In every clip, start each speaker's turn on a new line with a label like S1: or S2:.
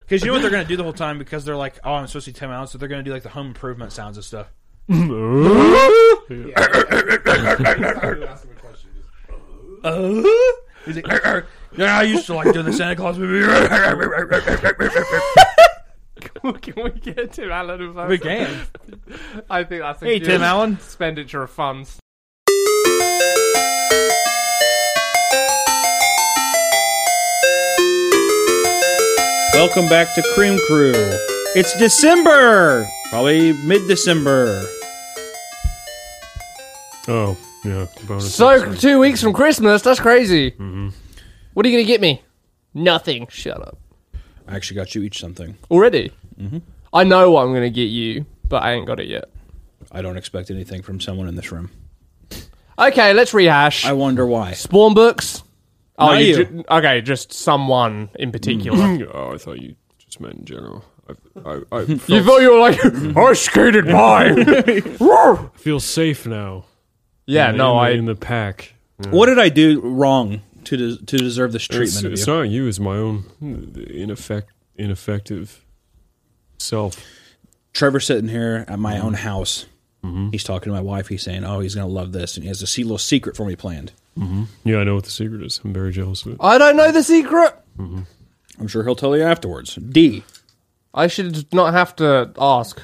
S1: Because you know what they're going to do the whole time because they're like, oh, I'm supposed to be 10 miles, so they're going to do like the home improvement sounds and stuff. Uh, he's like, yeah, I used to like do the Santa Claus movie.
S2: Can we get Tim Allen involved?
S1: we can.
S2: I think that's a
S3: Hey,
S2: good
S3: Tim Allen.
S2: expenditure of funds.
S3: Welcome back to Cream Crew. It's December, probably mid-December.
S4: Oh, yeah. Bonus
S2: So
S4: episode.
S2: two weeks from Christmas, that's crazy. Mm-hmm. What are you gonna get me? Nothing. Shut up.
S3: I actually got you each something.
S2: Already. Mm-hmm. I know what I'm gonna get you, but I ain't got it yet.
S3: I don't expect anything from someone in this room.
S2: Okay, let's rehash.
S3: I wonder why.
S2: Spawn books. Oh,
S3: Not you.
S2: ju- okay, just someone in particular.
S4: Oh, I thought you just meant in general. I, I, I felt-
S2: You thought you were like, I skated by.
S4: feel safe now.
S2: yeah,
S4: In
S2: no,
S4: the-
S2: I.
S4: in the pack.
S3: Mm. What did I do wrong to des- to deserve this
S4: It's,
S3: treatment
S4: it's
S3: of you?
S4: not you. It's my own hmm, ineffect, ineffective self.
S3: Trevor's sitting here at my own house. He's talking to my wife. He's saying, "Oh, he's going to love this," and he has a little secret for me planned.
S4: Yeah, I know what the secret is. I'm very jealous of it.
S2: I don't know the secret.
S3: I'm sure he'll tell you afterwards. D.
S2: I should not have to ask.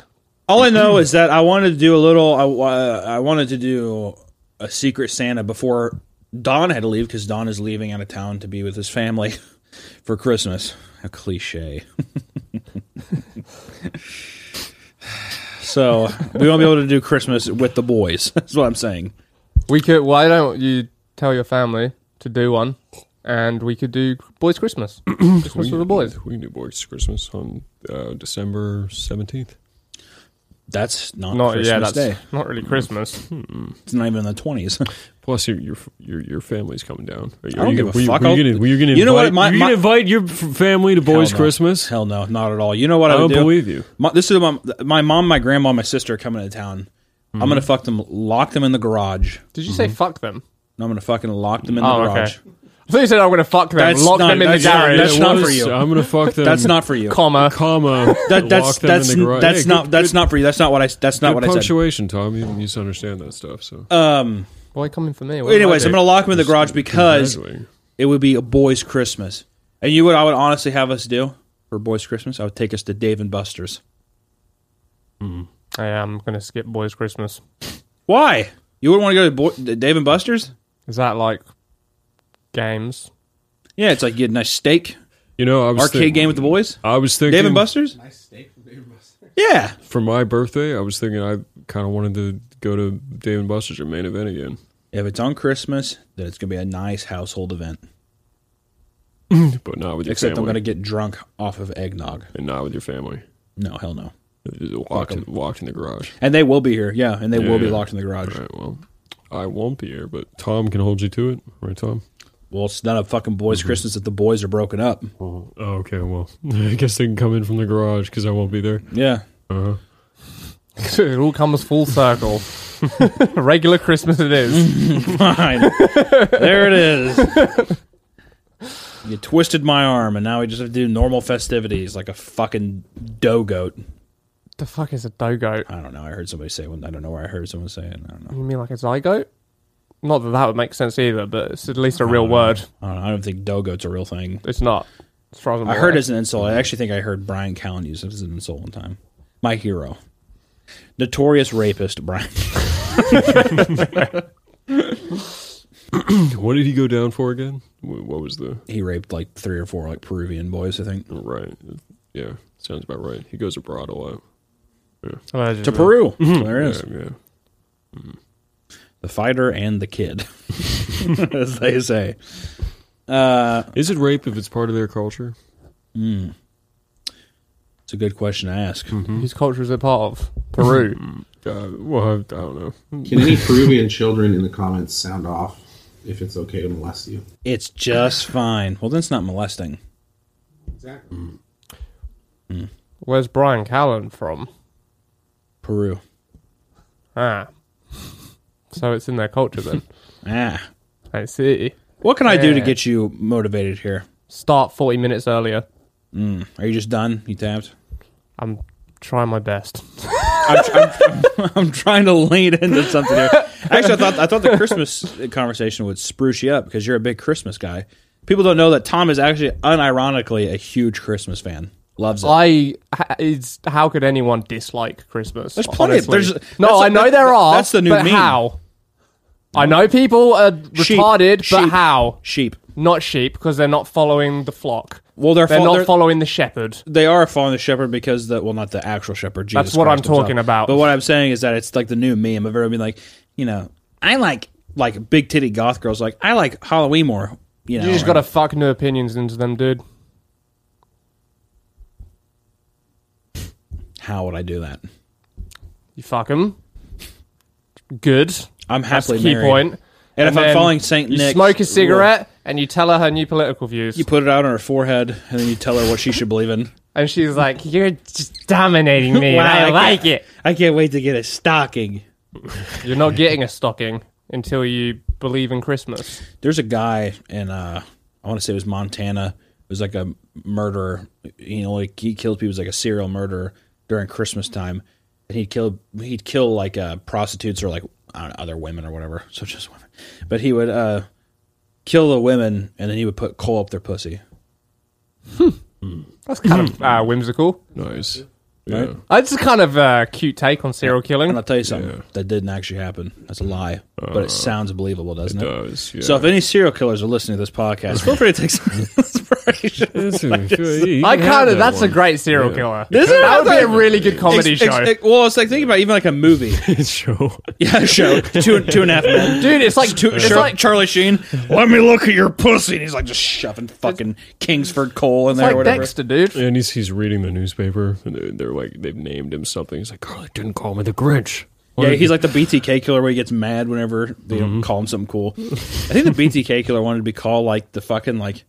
S3: All I know is that I wanted to do a little. I, uh, I wanted to do a secret Santa before Don had to leave because Don is leaving out of town to be with his family for Christmas. A cliche. so we won't be able to do Christmas with the boys. That's what I'm saying.
S2: We could. Why don't you tell your family to do one, and we could do boys' Christmas, Christmas
S4: we,
S2: with the boys.
S4: We can do boys Christmas on uh, December 17th.
S3: That's not,
S2: Not
S3: Christmas
S2: yeah, that's
S3: Day.
S2: not really Christmas.
S3: It's not even the 20s.
S4: Plus, your your your, your family's coming down. Are you,
S3: I don't
S4: are you,
S3: give a
S4: were you-
S3: fuck.
S4: Were
S3: I'll-
S4: you gonna, were you gonna
S3: You know what?
S4: invite,
S3: My-
S4: were you gonna
S3: my-
S4: invite your f- family to boys
S3: Hell no.
S4: Christmas?
S3: Hell no, not at all. You know what I,
S4: I
S3: would
S4: don't
S3: do?
S4: believe you.
S3: My, this is my, my mom, my grandma, my sister coming to town. I'm
S4: Mm-hmm.
S3: gonna fuck them, lock them in the garage.
S2: Did you say fuck them?
S3: And I'm gonna fucking lock them in the
S2: Oh,
S3: garage.
S2: okay. I thought you said I'm going to fuck them.
S3: That's
S2: lock
S3: not-
S2: them in the
S3: that's not-
S2: garage.
S3: that's
S4: It
S3: not for
S4: was-
S3: you.
S4: I'm gonna fuck them.
S3: That's not for you.
S2: comma.
S4: comma.
S3: That, that's
S4: lock them
S3: that's
S4: in the garage.
S3: that's
S4: Hey,
S3: not
S4: good-
S3: that's
S4: good-
S3: not for you. That's not what I that's not
S4: good
S3: what I said.
S4: punctuation, Tom. You you used to understand that stuff. So,
S3: Um.
S2: Why are you coming for me?
S4: Oh,
S2: What did I
S3: Anyways,
S2: do?
S3: I'm gonna lock them in the garage because
S4: Graduating.
S3: it would be a boys' Christmas. And you know what I would honestly have us do for boys' Christmas? I would take us to Dave and Buster's.
S2: I am going to skip boys' Christmas.
S3: Why? You wouldn't want to go to Bo- to Dave and Buster's?
S2: Is that like games?
S3: Yeah, it's like you get a nice steak,
S4: you know, I was
S3: arcade
S4: thinking-
S3: game with the boys.
S4: I was thinking
S3: Dave and Buster's. Nice steak from Dave and Buster's. Yeah.
S4: for my birthday. I was thinking I kind of wanted to go to Dave and Buster's or main event again.
S3: If it's on Christmas, then it's gonna be a nice household event.
S4: but not with your
S3: Except
S4: family.
S3: I'm gonna get drunk off of eggnog.
S4: and not with your family.
S3: No, hell no.
S4: Just Walked, in- walked in the garage.
S3: And they will be here, yeah, and they will be
S4: Yeah.
S3: locked in the garage.
S4: All right, well, I won't be here, but Tom can hold you to it, right, Tom?
S3: Well, it's not a fucking boys'
S4: Mm-hmm.
S3: Christmas if the boys are broken up.
S4: Oh,
S3: Mm-hmm.
S4: okay. Well, I guess they can come in from the garage because I won't be there.
S3: Yeah,
S4: Uh-huh.
S2: it all comes full circle. Regular Christmas it is.
S3: fine. there it is. You twisted my arm, and now we just have to do normal festivities like a fucking dough goat.
S2: the fuck is a dogo?
S3: I don't know. I heard somebody say one. I don't know where I heard someone say it. I don't know.
S2: You mean like a zygote? Not that that would make sense either, but it's at least a real word.
S3: I don't, know. I don't think dough goat's a real thing.
S2: It's not. As far as I'm
S3: I heard
S2: aware.
S3: it's an insult. I actually think I heard Brian Callen use it as an insult one time. My hero, notorious rapist Brian.
S4: What did he go down for again? Wh- What was the
S3: he raped like three or four like Peruvian boys. I think
S4: right? Yeah, sounds about right. He goes abroad a lot.
S2: Allegedly.
S3: to Peru. There it
S4: Yeah,
S3: is.
S4: yeah.
S3: the fighter and the kid, as they say. Uh, hmm.
S4: Is it rape if it's part of their culture?
S3: it's a good question to ask.
S2: Whose culture is it part of? Peru.
S4: Uh, well, I, I don't know.
S5: Can any Peruvian children in the comments sound off if it's okay to molest you?
S3: It's just fine. Well, that's not molesting.
S5: Exactly.
S3: Mm.
S2: Where's Brian Callan from?
S3: Peru.
S2: Ah. So it's in their culture then.
S3: Ah,
S2: I see.
S3: what can I do to
S2: Yeah.
S3: get you motivated here?
S2: Start 40 minutes earlier.
S3: Are you just done? You tapped?
S2: I'm trying my best.
S3: I'm, I'm, I'm, I'm trying to lean into something here. Actually, I thought I thought the Christmas conversation would spruce you up because you're a big Christmas guy. People don't know that Tom is actually unironically a huge Christmas fan. Loves it.
S2: I ha- it's how could anyone dislike Christmas?
S3: There's plenty of-
S2: honestly?
S3: there's-
S2: no,
S3: that's-
S2: I know
S3: that-
S2: there are.
S3: that's the new
S2: but
S3: meme.
S2: How? I know people are retarded, but
S3: sheep.
S2: how?
S3: Sheep.
S2: Not sheep because they're not following the flock.
S3: Well, they're,
S2: They're
S3: fol-
S2: not
S3: they're-
S2: following the shepherd.
S3: they are following the shepherd because the well, not the actual shepherd. Jesus
S2: what
S3: Christ
S2: I'm talking
S3: himself.
S2: about.
S3: But what I'm saying is that it's like the new meme of everyone being like, you know, I like like big titty goth girls. Like I like Halloween more. You know,
S2: You just
S3: or-
S2: gotta fuck new opinions into them, dude.
S3: How would I do that?
S2: You fuck them. Good.
S3: I'm
S2: That's the
S3: happily
S2: key
S3: married.
S2: point.
S3: And, if I'm
S2: then
S3: following Saint
S2: you
S3: Nick,
S2: smoke a cigarette and you tell her her new political views,
S3: You put it out on her forehead, and then you tell her what she should believe in.
S2: and she's like, "You're just dominating me.
S3: Wow,
S2: and I,
S3: I
S2: like
S3: can't-
S2: it."
S3: I can't wait to get a stocking.
S2: You're not getting a stocking until you believe in Christmas.
S3: There's a guy in uh, I want to say it was Montana. It was like a murderer. You know, like he killed people. He was like a serial murderer during Christmas time, and he'd kill he'd kill like uh, prostitutes or like I don't know, other women or whatever. So just women, but he would uh, kill the women and then he would put coal up their pussy.
S2: That's kind of uh, whimsical.
S4: Nice. Yeah.
S2: That's a kind of uh, cute take on serial
S3: And
S2: killing.
S3: I'll tell you something that didn't actually happen. That's a lie, but it sounds believable, doesn't it?
S4: Uh, Does. Yeah.
S3: So if any serial killers are listening to this podcast, feel free to take some inspiration.
S4: That's a- you
S2: I
S4: can have
S2: kind of.
S4: that
S2: That's
S4: one.
S2: a great serial killer.
S3: This is-
S2: that would be a really good comedy
S3: Ex- ex-
S2: show,
S3: ex- well, it's like thinking about even like a movie.
S4: show.
S3: yeah, show two two and a half men.
S2: dude. It's like
S3: Two,
S2: it's
S3: Char-
S2: like
S3: Charlie Sheen. Let me look at your pussy, and he's like just shoving fucking Kingsford coal in
S2: it's
S3: there. or
S2: like
S3: whatever.
S2: Dexter, dude.
S4: And he's, he's reading the newspaper. And they're, they're like, they've named him something. He's like, Carl, they didn't call me the Grinch.
S3: Yeah, he's like the BTK killer where he gets mad whenever they don't call him something cool. I think the BTK killer wanted to be called like the fucking like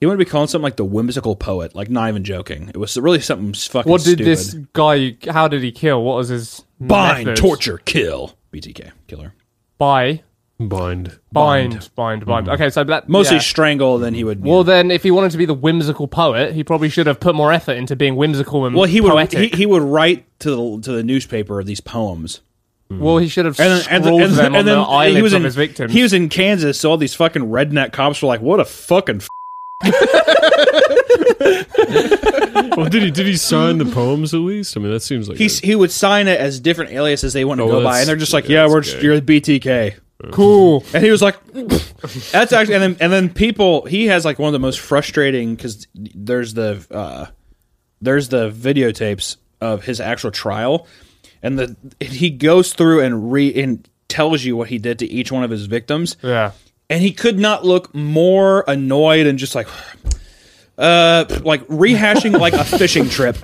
S3: he wanted to be called something like the whimsical poet. Like not even joking. It was really something fucking.
S2: What did
S3: stupid.
S2: this guy? How did he kill? What was his
S3: bind,
S2: method?
S3: torture, kill BTK killer?
S2: By
S4: Bind.
S2: bind, bind, bind.
S4: Hmm.
S2: Okay, so that
S3: Mostly
S2: yeah.
S3: strangle. Then he would.
S2: Well, then, if he wanted to be the whimsical poet, he probably should have put more effort into being whimsical and
S3: Well, he would
S2: poetic.
S3: he, he would write to the to the newspaper these poems,
S2: well, he should have
S3: and then, and,
S2: scrawled
S3: then-
S2: them on
S3: and then
S2: the eyelids
S3: he was
S2: of
S3: in
S2: his victims.
S3: he was in Kansas, so all these fucking redneck cops were like, "What a fucking f-.
S4: Well, did he did he sign the poems at least? I mean, that seems like
S3: he
S4: a-
S3: he would sign it as different aliases they want to
S4: Oh,
S3: go by,
S4: that's-
S3: and they're just like,
S4: yeah,
S3: "Yeah,
S4: that's
S3: we're just,
S4: gay.
S3: you're the BTK."
S2: cool.
S3: And he was like, "That's actually," and then and then people. He has like one of the most frustrating because there's the uh, there's the videotapes of his actual trial, and the and he goes through and re and tells you what he did to each one of his victims.
S2: Yeah.
S3: and he could not look more annoyed and just like uh like rehashing like a fishing trip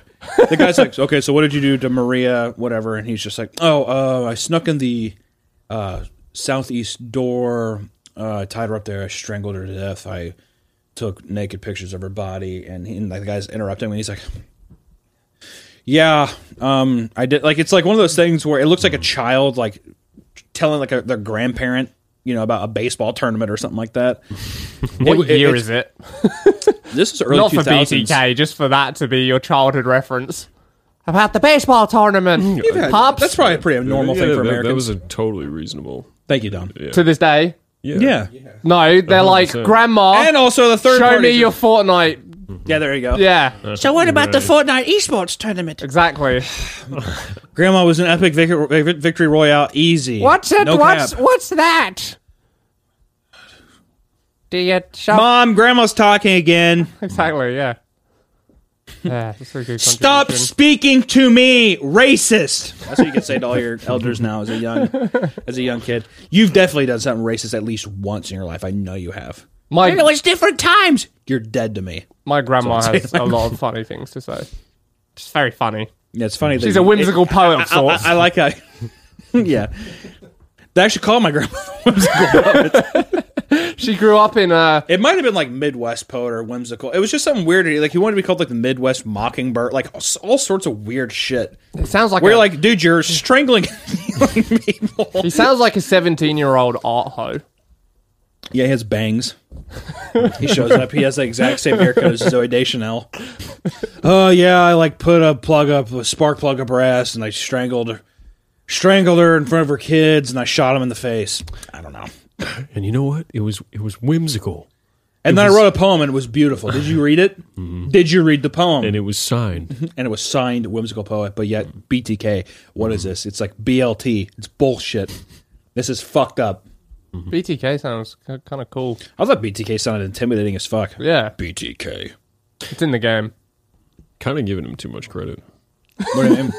S3: the guy's like okay so what did you do to maria whatever and he's just like oh uh i snuck in the uh southeast door uh I tied her up there i strangled her to death i took naked pictures of her body and, he, and like, the guy's interrupting me he's like yeah um i did like it's like one of those things where it looks like a child like telling like a, their grandparent you know about a baseball tournament or something like that
S2: What
S3: it-
S2: year
S3: it's-
S2: is it?
S3: this is early
S2: Not for
S3: 2000s.
S2: BTK, just for that to be your childhood reference. About the baseball tournament,
S3: Yeah,
S2: pops.
S3: Mm, That's probably a pretty normal
S4: Yeah,
S3: thing for
S4: that,
S3: Americans.
S4: That was a totally reasonable.
S3: Thank you, Don.
S2: to this day.
S3: Yeah.
S2: No, they're like
S4: 100%.
S2: grandma.
S3: And also the third
S2: show
S3: party.
S2: me your Fortnite.
S3: yeah, there you go.
S2: Yeah,
S6: So what about the Fortnite esports tournament?
S2: exactly.
S3: Grandma was an epic vic- victory royale. Easy.
S6: What's it?
S3: No
S6: what's
S3: cap.
S6: what's that?
S2: Do you shop?
S3: Mom, grandma's talking again.
S2: Exactly. Yeah. Yeah. That's a good
S3: Stop
S2: contribution.
S3: speaking to me, racist. That's what you can say to all your elders now as a young as a young kid. You've definitely done something racist at least once in your life. I know you have.
S6: I know
S2: My
S6: it's different times.
S3: You're dead to me.
S2: my grandma has a lot of funny things to say. She's very funny.
S3: Yeah, it's funny. that
S2: She's a
S3: you-
S2: whimsical poet of
S3: I, I,
S2: sorts.
S3: I like how. yeah. They actually called my grandma the whimsical poet.
S2: She grew up in a
S3: It might have been like Midwest poet or whimsical. It was just something weird. Like he wanted to be called like the Midwest Mockingbird, like all- all sorts of weird shit.
S2: it sounds like
S3: We're
S2: a,
S3: like, dude, you're strangling people.
S2: he sounds like a seventeen year old art hoe.
S3: Yeah, he has bangs. he shows up. He has the exact same haircut as Zoe Deschanel. Oh yeah, I like put a plug up, a spark plug up her ass, and I strangled her, strangled her in front of her kids, and I shot him in the face. I don't know.
S4: And you know what? It was it was whimsical,
S3: And then I wrote a poem, and it was Mm-hmm. beautiful. Did you read it? Did you read the poem?
S4: and it was signed.
S3: and it was signed whimsical poet, but yet BTK. What is this? It's like BLT. It's bullshit. This is fucked up.
S2: BTK sounds kind of cool.
S3: I thought BTK sounded intimidating as fuck.
S2: Yeah,
S3: BTK.
S2: it's in the game.
S4: kind of giving him too much credit.
S3: What do you mean?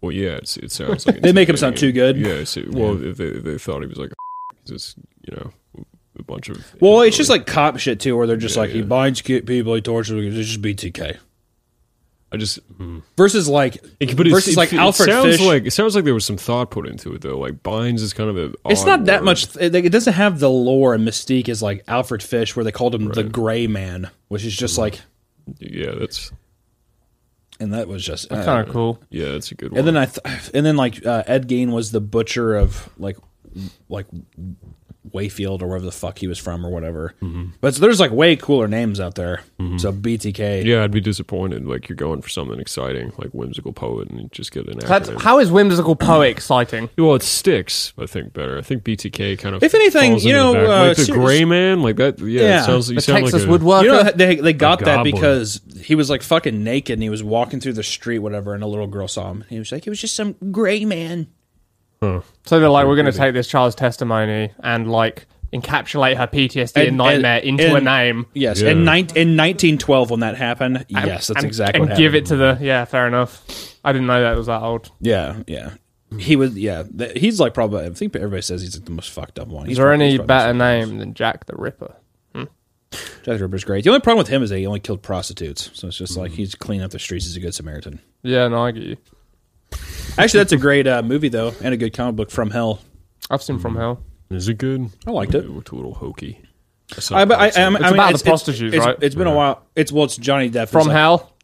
S4: Well, yeah, it's, it sounds like
S3: They make him sound too good.
S4: Yeah, it's, well, they, they thought he was like just you know a bunch of.
S3: Well, it's just like cop shit too, where they're just
S4: Yeah,
S3: like he
S4: yeah.
S3: binds ki- people, he tortures them. It's just BTK
S4: I just. mm.
S3: versus like
S4: But it's,
S3: versus like
S4: it,
S3: Alfred
S4: it sounds
S3: Fish.
S4: like it sounds like there was some thought put into it though. Like binds is kind of a.
S3: it's
S4: odd
S3: not that
S4: word.
S3: much. It, like, it doesn't have the lore and mystique as like Alfred Fish, where they called him the Gray Man, which is just like,
S4: Yeah, that's
S3: and that was just uh,
S2: Kind of cool.
S4: yeah, that's a good one.
S3: And then I, th- and then like uh, Ed Gein was the butcher of like, like Wayfield or wherever the fuck he was from or whatever.
S4: Mm-hmm.
S3: But there's like way cooler names out there. So BTK.
S4: yeah, I'd be disappointed. Like you're going for something exciting, like whimsical poet, and you just get an
S2: That's,
S4: acronym.
S2: how is whimsical poet exciting?
S4: well, it sticks. I think better. I think BTK kind of.
S3: If anything,
S4: falls
S3: you
S4: into the
S3: know,
S4: back-
S3: uh,
S4: like the
S3: serious-
S4: gray man, like that. Yeah,
S3: Yeah.
S4: it sounds. You
S2: The
S4: sound
S2: Texas
S4: like a,
S2: woodworker.
S3: You know they they got that
S4: goblin.
S3: because he was like fucking naked and he was walking through the street whatever and a little girl saw him. He was like,
S6: It was just some gray man.
S2: so they're like, we're going to take this child's testimony and like encapsulate her PTSD and,
S3: And-
S2: nightmare
S3: and-
S2: into a
S3: and-
S2: name.
S3: yes.
S4: Yeah.
S3: In, nine in 1912 when that happened,
S2: and-
S3: yes, that's
S2: and-
S3: exactly
S2: And
S3: what
S2: give
S3: happened.
S2: it to the yeah. Fair enough. I didn't know that was that old.
S3: Yeah, yeah. He was yeah. th- He's like probably I think everybody says he's like the most fucked up one.
S2: Is there any better name than Jack the Ripper?
S3: Jack the Ripper's great. The only problem with him is that he only killed prostitutes. So it's just like
S4: Mm-hmm.
S3: he's cleaning up the streets. He's a good Samaritan.
S2: Yeah, no, I get you.
S3: Actually, that's a great uh, movie though, and a good comic book from Hell.
S2: I've seen
S3: Mm.
S2: From Hell.
S4: Is it good?
S3: I liked it.
S4: It looked a little hokey. That's
S3: I,
S4: not
S3: but I, I,
S4: bad.
S3: I mean,
S2: about the
S3: it's- it's-
S2: prostitutes,
S3: it's-
S2: right?
S3: It's been a while. It's well, it's Johnny Depp
S2: From
S3: is, like,
S2: Hell.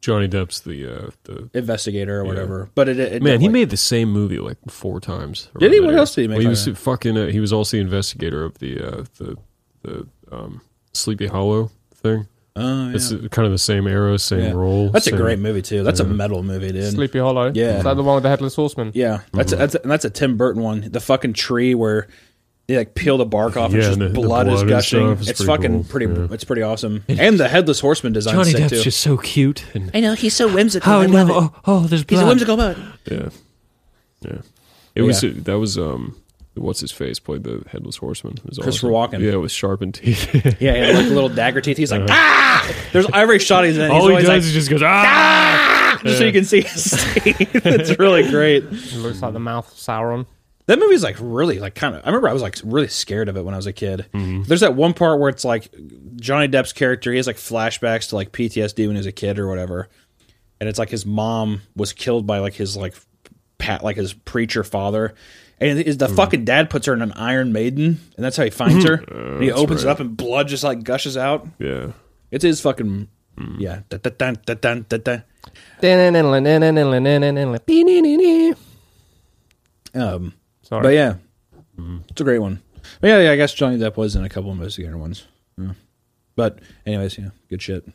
S4: Johnny Depp's the uh, the
S3: investigator or whatever. But it, it
S4: man. He
S3: like-
S4: made the same movie like four times.
S3: Did he?
S4: around
S3: What
S4: that
S3: else did
S4: era.
S3: he make?
S4: Well, he was
S3: Okay.
S4: fucking. Uh, he was also the investigator of the uh, the the um, Sleepy Hollow thing.
S3: Oh, yeah.
S4: It's uh, kind of the same era, same
S3: Yeah.
S4: role.
S3: That's a
S4: same-
S3: great movie too. That's a metal movie, dude.
S2: Sleepy Hollow.
S3: Yeah.
S2: Is that the one with the headless horseman?
S3: Yeah, that's a,
S4: Mm-hmm.
S3: that's a, and that's a Tim Burton one. The fucking tree where they like peel the bark off
S4: Yeah,
S3: and just
S4: and the- the
S3: blood,
S4: blood
S3: is
S4: and
S3: gushing.
S4: stuff is
S3: It's
S4: pretty
S3: fucking
S4: cool.
S3: pretty.
S4: Yeah.
S3: It's pretty awesome. And the headless horseman design
S4: Johnny
S3: sick
S4: Depp's
S3: too.
S4: just so cute and
S6: I know he's so whimsical.
S4: oh
S6: I
S4: no,
S6: love it.
S4: oh, oh, there's blood.
S6: He's a whimsical poet.
S4: Yeah, yeah. It was
S3: Yeah.
S4: that was um what's his face played the headless horseman. It was
S3: Christopher
S4: awesome.
S3: Walken.
S4: Yeah, with sharpened teeth.
S3: yeah, he had like little dagger teeth. He's like ah. There's every shot he's in. He's
S4: Uh-huh. All Oh,
S3: always
S4: he
S3: like
S4: does is just goes ah.
S3: just so you can see his teeth. It's really great.
S2: It looks like the mouth of Sauron.
S3: That movie's like really like kind of. I remember I was like really scared of it when I was a kid.
S4: Mm-hmm.
S3: There's that one part where it's like Johnny Depp's character. He has like flashbacks to like PTSD when he was a kid or whatever, and it's like his mom was killed by like his like pat like his preacher father, and it is
S4: Mm-hmm.
S3: the fucking dad puts her in an Iron Maiden, and that's how he finds her.
S4: Oh,
S3: and he opens it up and blood just like gushes out.
S4: Yeah.
S3: It's his fucking
S4: Mm.
S3: yeah. Dun, dun, dun, dun, dun, dun, dun. Um,
S2: Sorry.
S3: but yeah,
S4: Mm-hmm.
S3: it's a great one. But yeah, yeah, I guess Johnny Depp was in a couple investigator ones. Yeah. But anyways, yeah, good shit.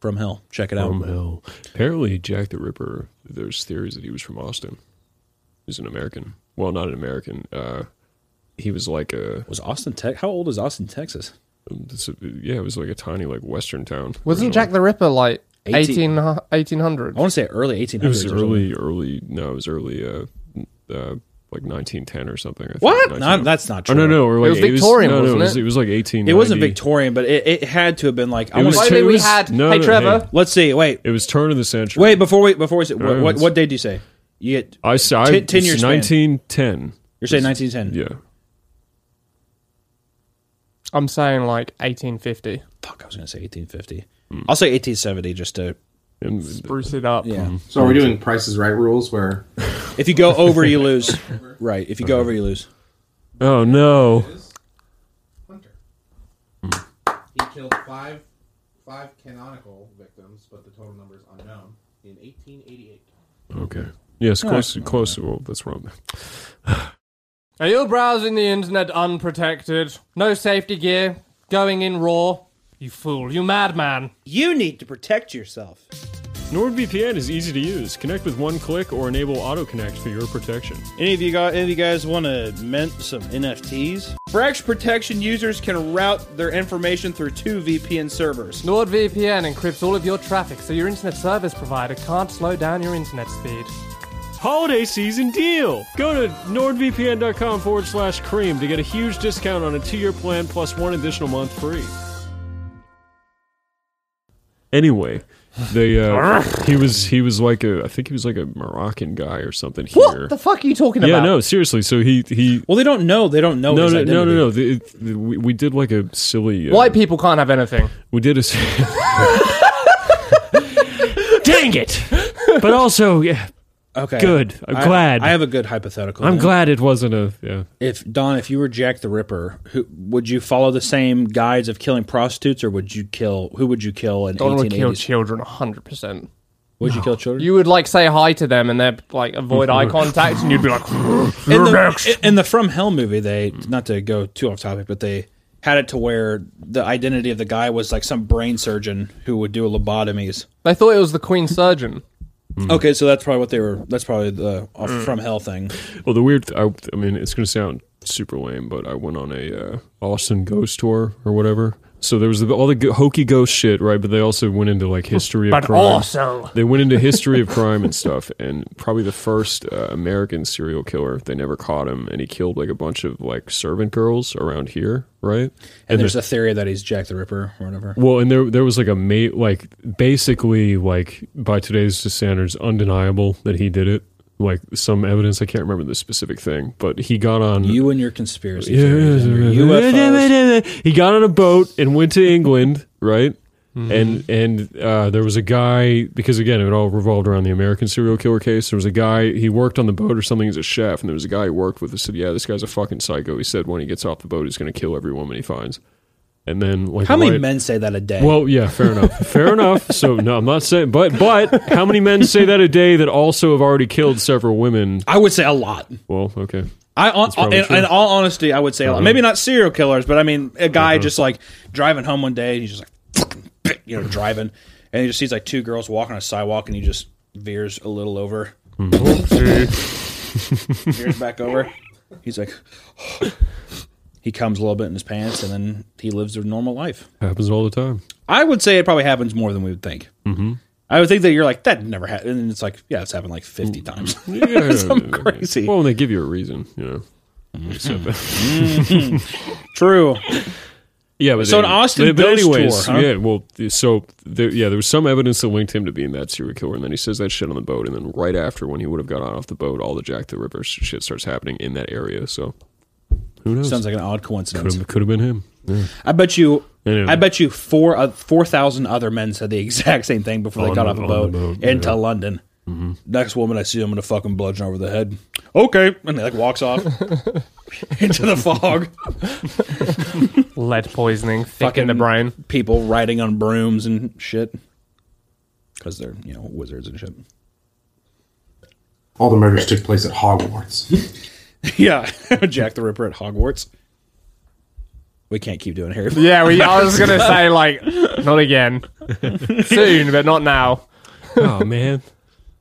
S3: From Hell, check it out.
S4: From hell. Apparently, Jack the Ripper. There's theories that he was from Austin. He's an American. Well, not an American. Uh, he was like a
S3: was Austin Tech? How old is Austin, Texas?
S4: this- yeah. It was like a tiny like Western town.
S2: Wasn't
S4: originally.
S2: Jack the Ripper like 18,
S3: Eighteen.
S2: 1800?
S3: I want to say early 1800s.
S4: It was
S3: or something.
S4: early, early. No, it was early. Uh, uh, like 1910 or something. I think.
S3: What?
S4: 19
S3: No, that's not
S4: Oh
S3: true.
S4: no, no. Or like,
S2: was Victorian,
S4: no, no,
S2: wasn't
S4: it? Was,
S2: it?
S4: it was like 18.
S3: It wasn't Victorian, but it, it had to have been like. I want
S4: was
S2: Why
S3: to.
S4: too-
S2: did we
S4: was-
S2: had?
S4: no,
S2: hey
S4: no,
S2: Trevor,
S4: hey.
S3: Let's see. Wait,
S4: It was turn of the century.
S3: wait. Before we before we say what,
S4: No,
S3: what,
S4: it's-
S3: what date do you say? You get.
S4: I s- I-
S3: 10 10
S4: it's
S3: years span.
S4: 1910.
S3: You're saying 1910.
S4: Yeah.
S2: I'm saying like 1850.
S3: Fuck, I was gonna say 1850.
S4: Mm.
S3: I'll say 1870 just to.
S4: And
S2: Spruce it up.
S3: Yeah.
S5: So are we doing prices right rules where
S3: If you go over, you lose. Right. If you go over, you lose.
S4: oh no.
S5: Hunter.
S3: Mm.
S5: He killed five five canonical victims, but the total number is unknown in eighteen eighty eight.
S4: Okay. Yes, close, close. Well, that's wrong.
S2: Are you browsing the internet unprotected? No safety gear? Going in raw? You fool, you madman.
S7: You need to protect yourself.
S4: NordVPN is easy to use. Connect with one click or enable auto connect for your protection.
S3: Any of you got any of you guys want to mint some NFTs? For extra protection, users can route their information through two VPN servers.
S2: NordVPN encrypts all of your traffic so your internet service provider can't slow down your internet speed.
S4: Holiday season deal! Go to nordvpn.com forward slash cream to get a huge discount on a two year plan plus one additional month free. Anyway, they uh, he was he was like a I think he was like a Moroccan guy or something here.
S2: What the fuck are you talking
S4: yeah,
S2: about? Oh,
S4: no, seriously. So he he
S3: Well, they don't know. They don't know.
S4: no
S3: his
S4: no, no no
S3: identity.
S4: no the, it- the- we, we did like a silly uh,
S2: White people can't have anything.
S4: we did a. s- Dang it! But also, yeah,
S3: Okay.
S4: good. I'm
S3: I-
S4: glad.
S3: I have a good hypothetical.
S4: I'm
S3: then.
S4: glad it wasn't a. Yeah.
S3: If Don, if you were Jack the Ripper, who would you follow the same guides of killing prostitutes, or would you kill? Who would you kill in
S2: Donald would kill
S3: 1880s?
S2: children 100%.
S3: Would you kill children?
S2: You would like say hi to them and they'd like avoid eye contact and you'd be like,
S3: in the, in the From Hell movie, they not to go too off topic, but they had it to where the identity of the guy was like some brain surgeon who would do lobotomies.
S2: they thought it was the Queen Surgeon.
S4: Hmm.
S3: Okay, so that's probably what they were. That's probably the off From Hell thing.
S4: Well, the weird. I, I mean, it's gonna sound super lame, but I went on a uh, Austin ghost tour or whatever. So there was the, all the go- hokey ghost shit, right? But they also went into like history of crime. They went into history of crime and stuff, and probably the first uh, American serial killer. They never caught him, and he killed like a bunch of like servant girls around here, right?
S3: And there's a theory that he's Jack the Ripper or whatever.
S4: Well, and there there was like a mate, like basically like by today's standards, undeniable that he did it. Like some evidence, I can't remember the specific thing, but he got on.
S3: You and your conspiracy
S4: Yeah,
S3: theories. and
S4: yeah,
S3: your
S4: yeah,
S3: UFOs.
S4: yeah, yeah. He got on a boat and went to England, right? And and uh, there was a guy because again it all revolved around the American serial killer case. There was a guy he worked on the boat or something as a chef, and there was a guy he worked with who said, "Yeah, this guy's a fucking psycho." He said when he gets off the boat, he's going to kill every woman he finds. And then like
S3: How many
S4: right-
S3: men say that a day?
S4: Well, yeah, fair enough. fair enough. So no, I'm not saying, but but how many men say that a day that also have already killed several women?
S3: I would say a lot.
S4: Well, okay.
S3: I on,
S4: probably
S3: in,
S4: true.
S3: in all honesty, I would say a lot. Maybe not serial killers, but I mean a guy just like driving home one day and he's just like fucking bit, you know driving, and he just sees like two girls walking on a sidewalk and he just veers a little over, veers back over. He's like, he comes a little bit in his pants, and then he lives a normal life.
S4: Happens all the time.
S3: I would say it probably happens more than we would think. Mm-hmm. I would think that you're like that never happened, and it's like yeah, it's happened like fifty times.
S4: Yeah,
S3: Something crazy.
S4: Well, and they give you a reason, you know. So-
S3: True.
S4: yeah, but
S3: So an
S4: they-
S3: Austin
S4: but
S3: ghost
S4: anyways,
S3: tour, huh?
S4: yeah. Well, so there, yeah, there was some evidence that linked him to being that serial killer, and then he says that shit on the boat, and then right after when he would have got off the boat, all the Jack the Ripper shit starts happening in that area. So who knows?
S3: Sounds like an odd coincidence.
S4: could have been him.
S3: I bet you.
S4: Anyway.
S3: I bet you four uh, four thousand other men said the exact same thing before they
S4: On
S3: got
S4: the-
S3: off a
S4: on
S3: boat,
S4: the boat, Mm-hmm.
S3: into London. Next woman I see, I'm gonna fucking bludgeon over the head. Okay, and they like walks off into the fog.
S2: Lead poisoning, thick in the
S3: Fucking-
S2: brain.
S3: People riding on brooms and shit because they're you know wizards and shit.
S8: All the murders took place at Hogwarts.
S3: yeah, Jack the Ripper at Hogwarts. We can't keep doing Harry.
S2: Yeah, we, I was gonna say like, not again. Soon, but not now.
S4: oh man,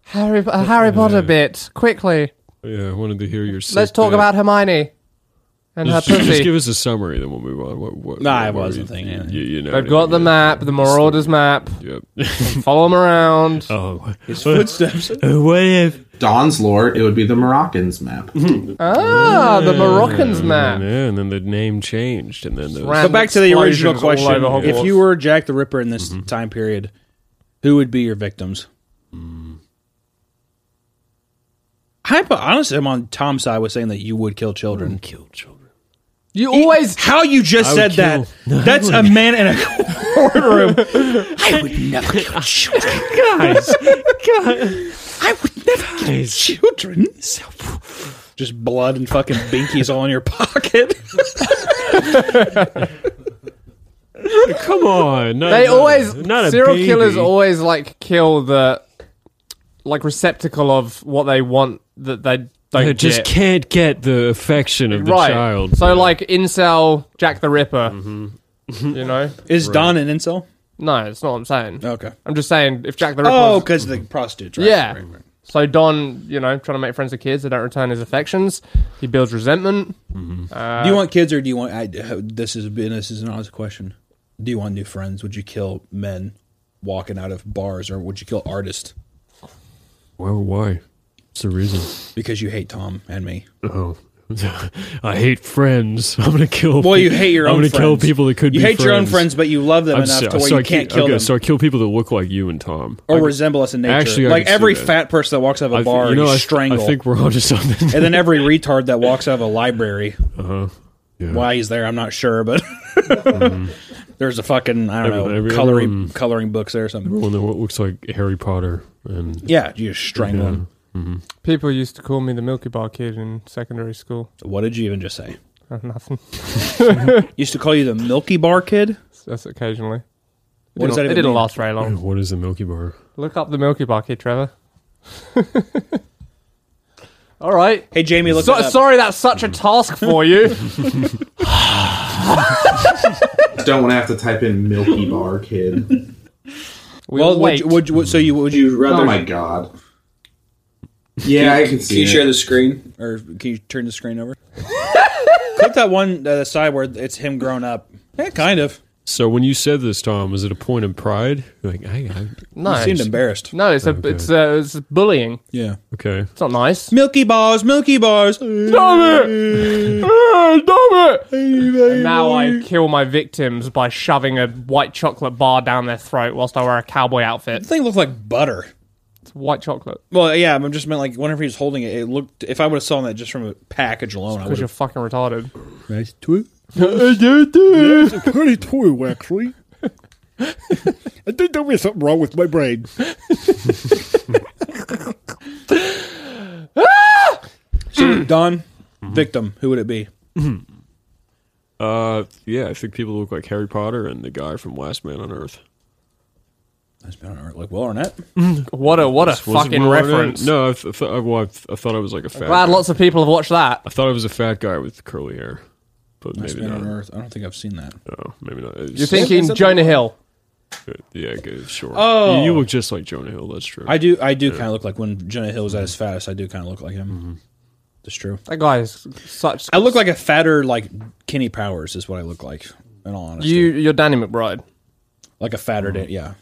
S2: Harry, a Harry Potter bit, quickly.
S4: yeah. I wanted to hear your. sick
S2: Let's talk
S4: bit.
S2: about Hermione and her
S4: Just, just
S2: pussy.
S4: give us a summary, then we'll move on. What? what
S3: Nah, I
S4: what were
S3: wasn't
S4: you-
S3: thinking
S4: You, you know,
S2: They've got the map, the Marauders map.
S4: Yep.
S2: Follow them around.
S4: oh,
S3: Footsteps.
S4: what if?
S5: Don's lore, it would be the Moroccans map.
S3: Mm-hmm.
S2: Ah, the Moroccans map.
S4: Yeah, and then the name changed, and then the
S2: Ran-
S3: But back to the original
S2: Explosions all
S3: question:
S2: over Hogwarts.
S3: If you were Jack the Ripper in this time period, who would be your victims? I'm honestly, I'm on Tom's side with saying that you would kill children.
S4: kill children.
S2: You always
S3: How you just
S4: would
S3: said
S4: kill-
S3: that? that's a man in a courtroom.
S7: I would never kill children. I would never kill children.
S3: just blood and fucking binkies all in your pocket.
S4: Come on, not,
S2: They
S4: not-
S2: always
S4: not a
S2: serial
S4: baby.
S2: killers always like kill the like receptacle of what they want that they don't
S4: I
S2: get.
S4: just can't get the affection of the
S2: right.
S4: child.
S2: So like incel Jack the Ripper.
S4: Mm-hmm.
S2: you know?
S3: Is Don an incel?
S2: No, that's not what I'm saying.
S3: Okay.
S2: I'm just saying if Jack the Ripper.
S3: Oh,
S2: was-
S3: because the prostitutes. Right?
S2: yeah.
S3: Right, right.
S2: So Don, you know, trying to make friends with kids that don't return his affections. He builds resentment.
S3: do you want kids or do you want? I, this is this is an honest question. Do you want new friends? Would you kill men walking out of bars, or would you kill artists
S4: well, why? It's the reason.
S3: because you hate Tom and me?
S4: Oh. I hate friends. I'm gonna kill.
S3: Well,
S4: pe-
S3: you hate your
S4: I'm
S3: own.
S4: gonna
S3: friends.
S4: kill people that could
S3: You
S4: be
S3: hate
S4: friends.
S3: your own friends, but you love them
S4: I'm
S3: enough
S4: so-
S3: to where
S4: so
S3: you
S4: I
S3: can't
S4: keep-
S3: kill
S4: okay,
S3: them
S4: So I kill people that look like you and Tom.
S3: or
S4: I-
S3: resemble us in nature.
S4: Actually, I
S3: like
S4: could see
S3: every
S4: that.
S3: fat person that walks out of a
S4: I th-
S3: bar,
S4: you know,
S3: you
S4: I, th-
S3: strangle.
S4: I think we're onto something.
S3: and then every retard that walks out of a library,
S4: Uh-huh. Yeah. Mm-hmm.
S3: why he's there, I'm not sure, but there's a fucking I don't
S4: Every-
S3: know
S4: every other
S3: coloring
S4: one.
S3: coloring books there or something.
S4: Everyone that wa- looks like Harry Potter and
S3: Yeah, you just strangle him.
S2: People used to call me the Milky Bar kid in secondary school.
S3: What did you even just say?
S2: Uh, Nothing.
S3: Used to call you the Milky Bar Kid.
S2: That's occasionally. It
S3: What does
S2: didn't-
S3: that
S2: it
S3: even
S2: didn't
S3: mean?
S2: last very long.
S4: what is the Milky Bar?
S2: Look up the Milky Bar kid, Trevor. All right.
S3: Hey Jamie, look
S2: So,
S3: that up.
S2: sorry, that's such a task for you.
S5: Don't want to have to type in Milky Bar Kid.
S2: We
S3: Well, would
S2: wait.
S3: you, would you, would- so you would you rather?
S5: oh my god. Yeah, I can
S3: Can
S5: see
S3: you share
S5: it.
S3: the screen, or can you turn the screen over? Click that one uh, the side where it's him grown up. Yeah, kind of.
S4: So when you said this, Tom, was it a point of pride? You're like, I, I,
S2: no,
S3: Seemed embarrassed.
S2: no, it's a,
S4: Okay.
S2: it's a, it's bullying.
S3: Yeah.
S4: okay,
S2: It's not nice.
S3: Milky bars, Milky bars.
S2: Damn it! Ah, Damn it! And now I kill my victims by shoving a white chocolate bar down their throat whilst I wear a cowboy outfit.
S3: The thing looked like butter.
S2: It's white chocolate.
S3: Well, yeah, I'm just meant like whenever he was holding it, it looked. If I would have saw that just from a package alone, I would
S2: Because you're
S3: have.
S2: fucking retarded.
S9: pretty true, actually. I think there is something wrong with my brain.
S3: Don, victim. Who would it be?
S4: uh, yeah, I think people look like Harry Potter and the guy from Last Man on Earth.
S3: That's been on like Will Arnett.
S2: What a what a
S4: Was it
S2: fucking
S4: Will Arnett?
S2: reference.
S4: No, I, th- th- I, well, I, th- I thought I was like a fat.
S2: Glad
S4: guy.
S2: lots of people have watched that.
S4: I thought I was a fat guy with curly hair, but
S3: Last
S4: maybe
S3: Man on
S4: not.
S3: Earth. I don't think I've seen that.
S4: No, maybe not.
S2: You're
S4: It's-
S2: thinking Jonah Hill.
S4: yeah, okay, sure.
S3: Oh.
S4: you, you look just like Jonah Hill. That's true.
S3: I do. I do kind of look like when Jonah Hill was at his fattest. I do kind of look like him.
S4: Mm-hmm.
S3: That's true.
S2: That guy is such.
S3: I look like a fatter like Kenny Powers is what I look like. In all honesty,
S2: you. You're Danny McBride.
S3: like a fatter.
S4: Mm-hmm.
S3: da- yeah.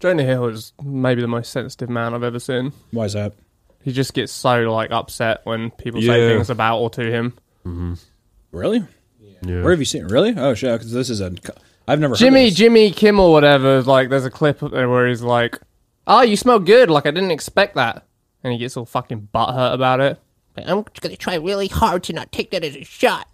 S2: Jonah Hill is maybe the most sensitive man I've ever seen.
S3: Why is that?
S2: He just gets so like upset when people
S4: Yeah.
S2: say things about or to him.
S3: Really?
S4: yeah.
S3: Where have you seen? Really? Oh shit! Because this is a. I've never.
S2: Jimmy
S3: Heard of this.
S2: Jimmy Kimmel whatever. Like there's a clip up there where he's like, "Oh, you smell good. Like I didn't expect that," and he gets all fucking butthurt about it.
S6: But I'm gonna try really hard to not take that as a shot.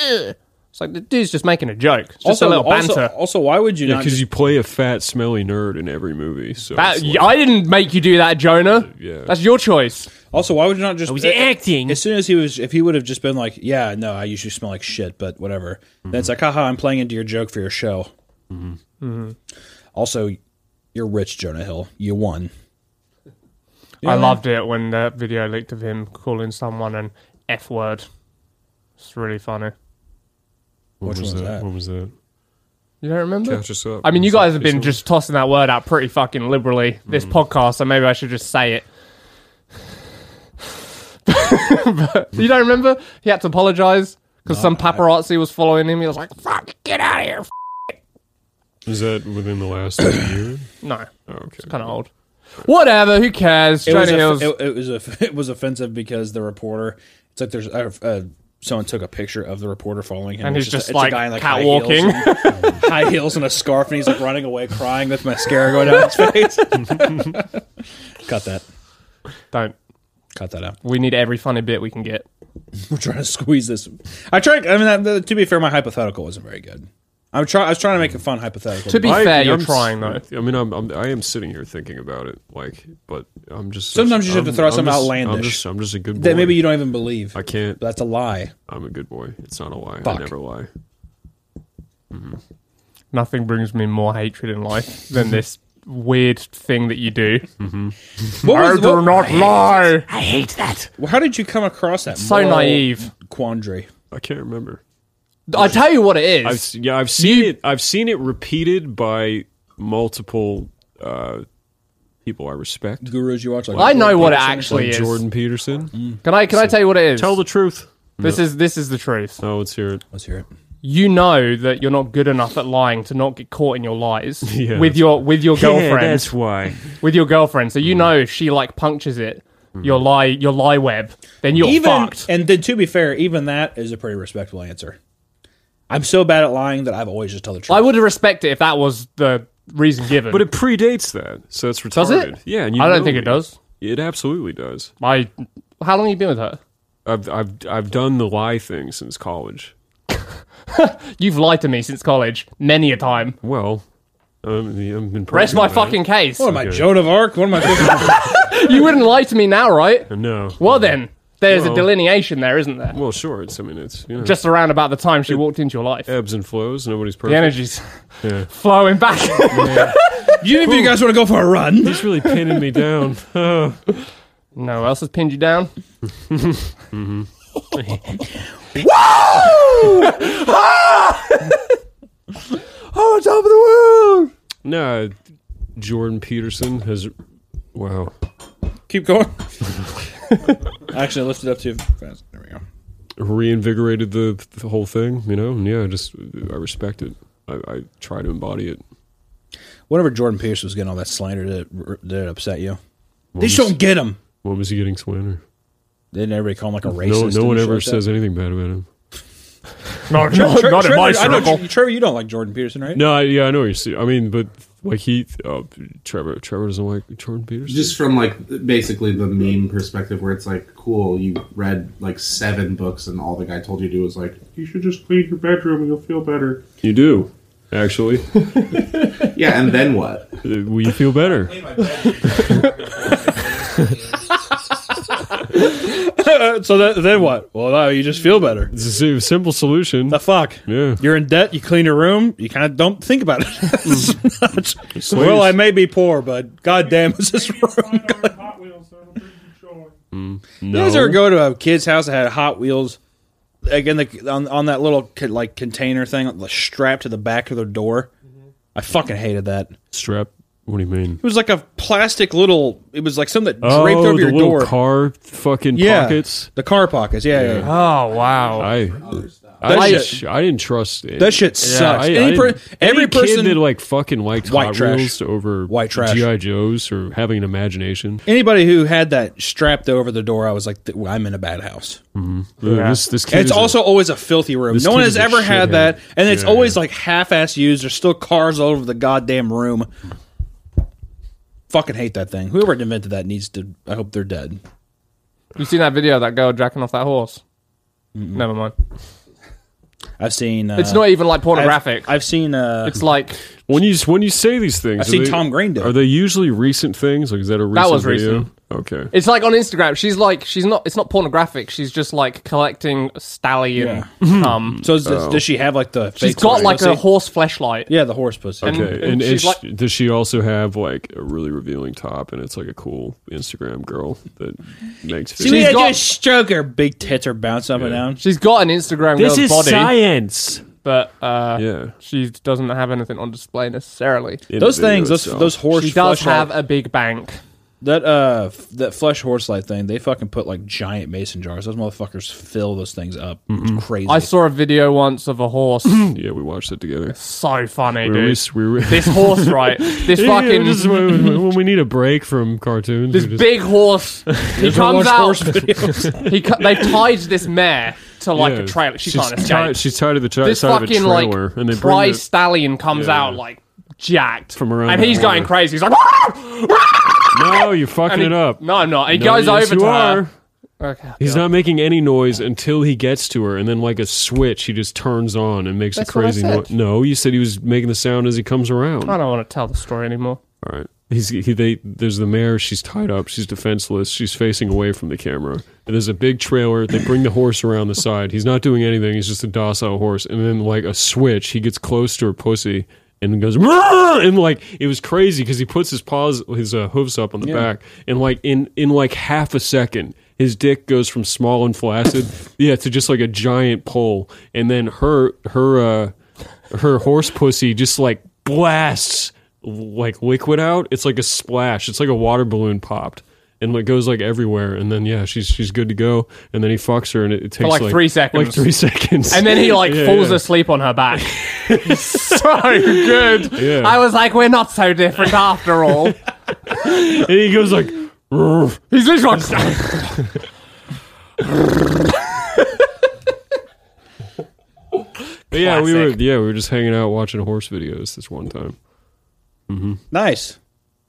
S6: Ugh.
S2: It's like the dude's just making a joke. It's just
S3: also,
S2: a little
S3: also,
S2: banter.
S3: also, why would you
S4: Yeah,
S3: not?
S4: because
S3: Just,
S4: you play a fat, smelly nerd in every movie. So
S2: That-
S4: it's like-
S2: I didn't make you do that, Jonah.
S4: Yeah.
S2: That's your choice.
S3: also, why would you not just?
S2: was
S3: uh,
S2: acting.
S3: As soon as he was, if he would have just been like, "Yeah, no, I usually smell like shit," but whatever. Then it's like,
S4: Mm-hmm.
S3: "Haha, I'm playing into your joke for your show." Mm-hmm. Also, you're rich, Jonah Hill. You won.
S2: I loved it when that video leaked of him calling someone an F word. It's really funny.
S4: What
S3: Which
S4: was
S3: one's
S4: that?
S3: that?
S4: What was that?
S2: You don't remember?
S4: Catch us up.
S2: I mean, you
S4: It's Mm. like-
S2: guys have been
S4: it's
S2: just tossing that word out pretty fucking liberally this podcast, so maybe I should just say it. but you don't remember? He had to apologize because some paparazzi was following him. He was like, "Fuck, get out of here!" F-.
S4: a- Is that within the last year?
S2: No,
S4: Oh, okay.
S2: kind of old. Whatever. Who cares?
S3: It was,
S2: Jonah Hill's.
S3: off- it, it was off- it was offensive because the reporter. It's like there's uh, uh, someone took a picture of the reporter following him,
S2: And
S3: It's
S2: he's
S3: a-
S2: just,
S3: it's a
S2: like,
S3: guy in,
S2: catwalking.
S3: high heels, and, high heels and a scarf, and he's like running away, crying with mascara going down his face. Cut that.
S2: don't.
S3: Cut that out.
S2: We need every funny bit we can get.
S3: We're trying to squeeze this. I tried. I mean, that, that- to be fair, my hypothetical wasn't very good. I'm trying. I was trying to make a fun hypothetical.
S2: To be
S4: I-
S2: fair, you're
S4: I'm s-
S2: trying though.
S4: I mean, I'm, I'm I am sitting here thinking about it, like, but I'm just
S3: Sometimes you just have
S4: I'm-
S3: to throw
S4: I'm
S3: something
S4: just- I'm
S3: outlandish.
S4: just, I'm just a good boy.
S3: that maybe you don't even believe.
S4: I can't.
S3: That's a lie.
S4: I'm a good boy. It's not a lie.
S3: Fuck.
S4: I never lie.
S2: Nothing brings me more hatred in life than this weird thing that you do.
S3: What was, what-
S2: not lie.
S6: I hate that.
S3: how did you come across that?
S2: So
S3: moral
S2: naive.
S3: quandary.
S4: I can't remember.
S2: I tell you what it is.
S4: I've s- yeah, I've seen it. I've seen it repeated by multiple uh, people I respect.
S3: Gurus you watch like
S2: I know what it actually
S4: Like
S2: is. Mm.
S4: Jordan Peterson.
S2: Can I can I tell you what it is?
S4: Tell the truth.
S2: this is this is the truth.
S4: No, let's hear it.
S3: Let's hear it.
S2: You know that you're not good enough at lying to not get caught in your lies
S4: Yeah, Mm.
S2: with
S4: that's-
S2: your with your girlfriend.
S4: why.
S2: with your girlfriend, so you know if she like punctures it,
S4: Mm.
S2: your lie your lie web, then you're
S3: even
S2: fucked.
S3: and then to be fair, even that is a pretty respectable answer. I'm so bad at lying that I've always just tell the truth.
S2: I would respect it if that was the reason given.
S4: But it predates that, so it's retarded.
S2: does it?
S4: Yeah, and you
S2: I don't
S4: know
S2: think it does.
S4: It absolutely does.
S2: I how long have you been with her?
S4: I've I've I've done the lie thing since college.
S2: You've lied to me since college many a time.
S4: Well, um, I've been. pretty
S2: Rest
S4: good
S2: my
S4: at it.
S2: fucking case.
S3: what am I, Joan of Arc? What am I? Thinking?
S2: You wouldn't lie to me now, right?
S4: No.
S2: Well then, there's a
S4: Well-
S2: delineation there, isn't there?
S4: Well, sure. It's I mean, it's you know,
S2: Just around about the time she walked into your life.
S4: ebbs and flows. Nobody's perfect.
S2: The energy's
S4: Yeah.
S2: flowing back.
S3: you, if you guys want to go for a run,
S4: It's really pinning me down. Oh.
S2: no, what else has pinned you down? Oh,
S4: No, uh, Jordan Peterson has. Wow.
S3: keep going. Actually, I lifted up too fast. There we go.
S4: Reinvigorated the, the whole thing, you know? And yeah, just I respect it. I, I try to embody it.
S3: Whenever Jordan Pierce was getting all that slander, did it, did it upset you? they just don't get him.
S4: When was he getting slander?
S3: Didn't everybody call him like a
S4: No,
S3: racist?
S4: no
S3: and
S4: one
S3: shit
S4: ever
S3: like that?
S4: says anything bad about him.
S2: No,
S3: Tre-
S2: not in
S3: Trevor,
S2: my
S3: I know,
S2: circle.
S3: Tre- Trevor, you don't like Jordan Peterson, right?
S4: No, I, yeah, I know what you see. I mean, but like he, uh, Trevor, Trevor doesn't like Jordan Peterson.
S8: Just from like basically the meme perspective, where it's like, cool, you read like seven books, and all the guy told you to do was like, you should just clean your bedroom, and you'll feel better.
S4: you do, actually.
S8: Yeah, and then what?
S4: Will you feel better?
S3: so that, then what? Well, no, you just feel better.
S4: It's a simple solution.
S3: The fuck?
S4: Yeah.
S3: You're in debt. You clean your room. You kind of don't think about it. It's not-
S4: like
S3: well,
S4: it's-
S3: I may be poor, but goddamn, is this room?
S4: Mm, No.
S3: You guys ever go to a kid's house that had Hot Wheels? Again, the, on on that little co- like container thing like, strapped to the back of their door.
S4: Mm-hmm.
S3: I fucking hated that. It
S4: Strap. What do you mean?
S3: was like a plastic little. It was like something that draped
S4: oh,
S3: over
S4: the
S3: your
S4: little
S3: door.
S4: car fucking
S3: yeah,
S4: pockets.
S3: the car pockets. Yeah, yeah. yeah.
S2: Oh wow.
S4: I,
S3: That
S4: I,
S3: shit-
S4: I didn't trust it.
S3: That shit sucks.
S4: I- I
S3: any per,
S4: didn't-
S3: every
S4: any
S3: person,
S4: kid that like fucking liked
S3: White
S4: Hot
S3: trash.
S4: Wheels over
S3: White trash.
S4: GI Joes or having an imagination.
S3: anybody who had that strapped over the door, I was like, "Th- I'm in a bad house.
S4: Ugh, This this kid
S3: And it's
S4: is a-
S3: also always a filthy room.
S4: This
S3: No one
S4: kid
S3: has
S4: is a
S3: ever had
S4: shithead.
S3: that, and it's
S4: Yeah,
S3: always like half-ass used. There's still cars all over the goddamn room. Fucking hate that thing. Whoever invented that needs to. I hope they're dead.
S2: You seen that video of that girl jacking off that horse? Never mind.
S3: I've seen. Uh,
S2: It's not even like
S3: I've-
S2: pornographic.
S3: I've, seen. Uh,
S2: it's like
S4: when you when you say these things.
S3: I've
S4: are
S3: seen
S4: they-
S3: Tom Green do it.
S4: Are they usually recent things? Like is that a recent
S2: was
S4: video?
S2: recent.
S4: Okay.
S2: it's like on Instagram. She's like she's not it's not pornographic. She's just like collecting stallion um
S3: so does,
S4: Oh.
S3: does she have like the?
S2: She's
S3: fake
S2: got
S3: horse
S2: like a
S3: pussy?
S2: horse fleshlight.
S3: Yeah, the horse pussy.
S2: And-
S4: okay. And,
S2: she's
S4: is-
S2: like-
S4: does she also have like a really revealing top and it's like a cool Instagram girl that makes
S3: See, we
S2: she's
S3: had
S2: got-
S3: just stroke her big tits are bouncing up and down.
S2: She's got an Instagram girl's body,
S4: science.
S2: but uh
S4: Yeah.
S2: she doesn't have anything on display necessarily.
S4: In
S3: Those
S4: the video
S3: things, those
S4: itself.
S3: those horse.
S2: She does
S3: flesh light-
S2: have a big bank.
S3: That uh, f- that flesh horse light thing, they fucking put like giant mason jars. Those motherfuckers fill those things up.
S4: Mm-hmm.
S3: It's crazy.
S2: I saw a video once of a horse.
S4: Yeah, we watched it together.
S2: so funny,
S4: We
S2: dude.
S4: released- we re-
S2: this horse, right? This
S4: Yeah,
S2: fucking
S4: just when, when- when we need a break from cartoons.
S2: this
S4: we just-
S2: big horse. He comes
S3: watch
S2: out.
S3: horse
S2: he co- they tied this mare to like
S4: yeah.
S2: a trailer. She
S4: she's
S2: can't escape.
S4: Tied, she's tied to the tra-
S2: this
S4: side of a
S2: fucking like
S4: trailer, and they bring
S2: prize
S4: the-
S2: stallion comes
S4: Yeah.
S2: out like jacked
S4: From around
S2: and
S4: the
S2: he's
S4: corner.
S2: going crazy. He's like, "Ah!"
S4: no, you're fucking
S2: and he-
S4: it up.
S2: No, I'm not. He
S4: No,
S2: goes
S4: yes,
S2: over
S4: you
S2: to
S4: are.
S2: her. Okay.
S4: He's not making any noise until he gets to her, and then like a switch, he just turns on and makes a
S2: That's what I
S4: crazy
S2: said.
S4: noise. No, you said he was making the sound as he comes around.
S2: I
S4: All
S2: don't want to tell the story anymore.
S4: right. He's he, they there's the mayor. She's tied up. She's defenseless. She's facing away from the camera. And there's a big trailer. They bring the horse around the side. He's not doing anything. He's just a docile horse. And then like a switch, he gets close to her pussy and goes "Rah!" and like it was crazy because he puts his paws his uh, hooves up on the back and like in in like half a second his dick goes from small and flaccid yeah to just like a giant pole and then her her uh her horse pussy just like blasts like liquid out it's like a splash it's like a water balloon popped and it goes like everywhere and then yeah she's she's good to go and then he fucks her and it, it takes
S2: like, three seconds.
S4: like three seconds
S2: And then he like
S4: Yeah,
S2: falls
S4: yeah.
S2: asleep on her back. so good.
S4: Yeah.
S2: I was like, we're not so different after all.
S4: and he goes like "Rrr."
S2: He's literally like,
S4: But yeah, we were
S2: Classic.
S4: yeah, we were just hanging out watching horse videos this one time.
S3: Nice.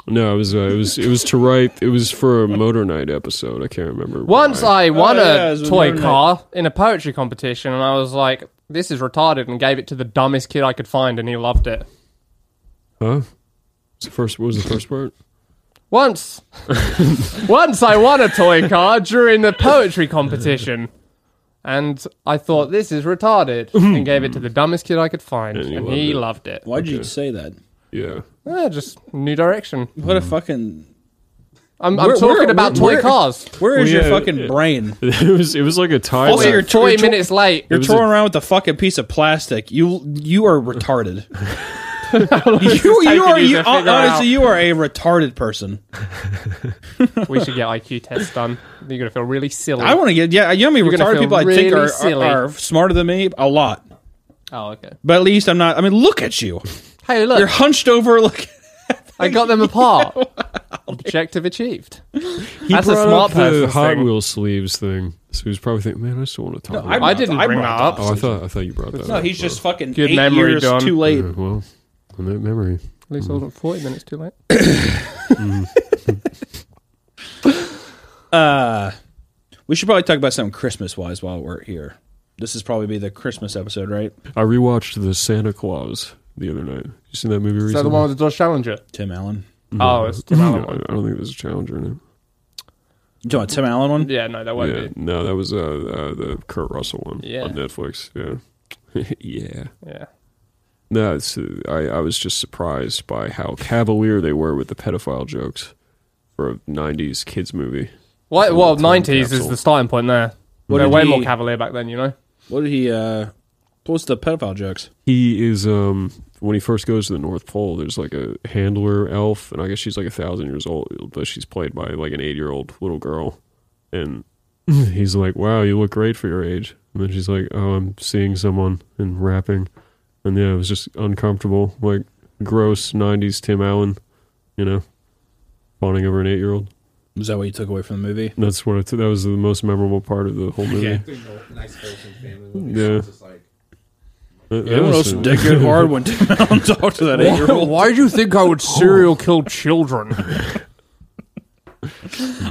S4: No, it was uh, it was it was to write. It was for a Motor Night episode. I can't remember.
S2: Once
S4: why.
S2: I won
S3: Oh, yeah, it
S2: a
S3: was
S2: toy
S3: another
S2: car in a poetry competition, and I was like, this is retarded, and gave it to the dumbest kid I could find, and he loved it.
S4: huh? Was the first what was the first part?
S2: Once, once I won a toy car during the poetry competition, and I thought this is retarded, and gave it to the dumbest kid I could find,
S4: And
S2: and
S4: he
S2: he,
S4: loved it.
S2: loved it.
S3: Why'd you say that?
S4: Yeah,
S2: Yeah, just new direction.
S3: What a
S4: Mm-hmm.
S3: fucking.
S2: I'm, I'm
S3: Where-
S2: talking
S3: where-
S2: about
S3: where-
S2: toy cars.
S3: Where is
S4: Well,
S3: your
S4: yeah,
S3: fucking
S4: yeah.
S3: brain?
S4: it was it was like a time.
S3: Also,
S4: lapse.
S3: you're-
S2: Forty
S3: you're-
S2: minutes late.
S3: You're
S4: was
S3: touring
S4: a-
S3: around with a fucking piece of plastic. You you are retarded. you you
S2: taking
S3: are
S2: you
S3: you,
S2: to figure out.
S3: honestly you are a retarded person.
S2: we should get IQ tests done. You're gonna feel really silly.
S3: I want to get yeah. You know how many
S2: You're gonna
S3: retarded
S2: feel
S3: people I think
S2: really
S3: are,
S2: silly.
S3: are, are smarter than me a lot.
S2: oh, okay.
S3: But at least I'm not. I mean, look at you.
S2: Hey,
S3: You're
S2: look,
S3: hunched over. Look.
S2: I got them apart. Objective achieved.
S4: he
S2: that's a smart
S4: brought up the
S2: person
S4: Hot
S2: thing.
S4: Wheels sleeves thing. So he was probably thinking, man, I still want to talk. about
S2: I
S4: that."
S2: didn't bring that up.
S4: Oh, I thought I thought you brought that.
S3: No,
S4: up.
S3: he's just fucking
S2: Good
S3: eight
S2: memory,
S3: years
S2: Don.
S3: too late.
S4: Yeah, well, on that memory.
S2: At least I wasn't 40 minutes too late.
S3: We should probably talk about something Christmas wise while we're here. This is probably be the Christmas episode, right?
S4: I rewatched the Santa Claus the other night. You seen that movie recently?
S2: Is that the one with the Dodge Challenger?
S3: Tim Allen.
S2: Oh, it's Tim
S4: No,
S2: Allen
S4: I
S2: one.
S4: I don't think there's a challenger in it.
S3: You talking about Tim Allen one?
S2: Yeah, no, that won't
S4: Yeah,
S2: be.
S4: no, that was uh, uh, the Kurt Russell one
S2: Yeah.
S4: on Netflix. Yeah, yeah.
S2: Yeah.
S4: No, it's, uh, I I was just surprised by how cavalier they were with the pedophile jokes for a '90s kids movie.
S2: Well,
S4: well,
S2: well
S4: time
S2: 90s is
S4: capsule.
S2: the starting point there.
S3: What
S2: They're
S3: did
S2: way
S3: he-
S2: more cavalier back then, you know?
S3: What did he? uh What was the pedophile jokes?
S4: He is um when he first goes to the North Pole. There's like a handler elf, and I guess she's like a thousand years old, but she's played by like an eight year old little girl. And he's like, "Wow, you look great for your age." And then she's like, "Oh, I'm seeing someone and rapping," and yeah, it was just uncomfortable, like gross '90s Tim Allen, you know, fawning over an eight year old.
S3: Is that what you took away from the movie?
S4: That's what I took that was the most memorable part of the whole movie.
S3: Yeah.
S5: It's a nice wholesome family movie.
S4: Yeah.
S5: It's just like,
S4: That- that
S3: Everyone
S4: was-
S3: else dick it hard when Tim Allen talked to that eight year old.
S2: do you think I would serial kill children?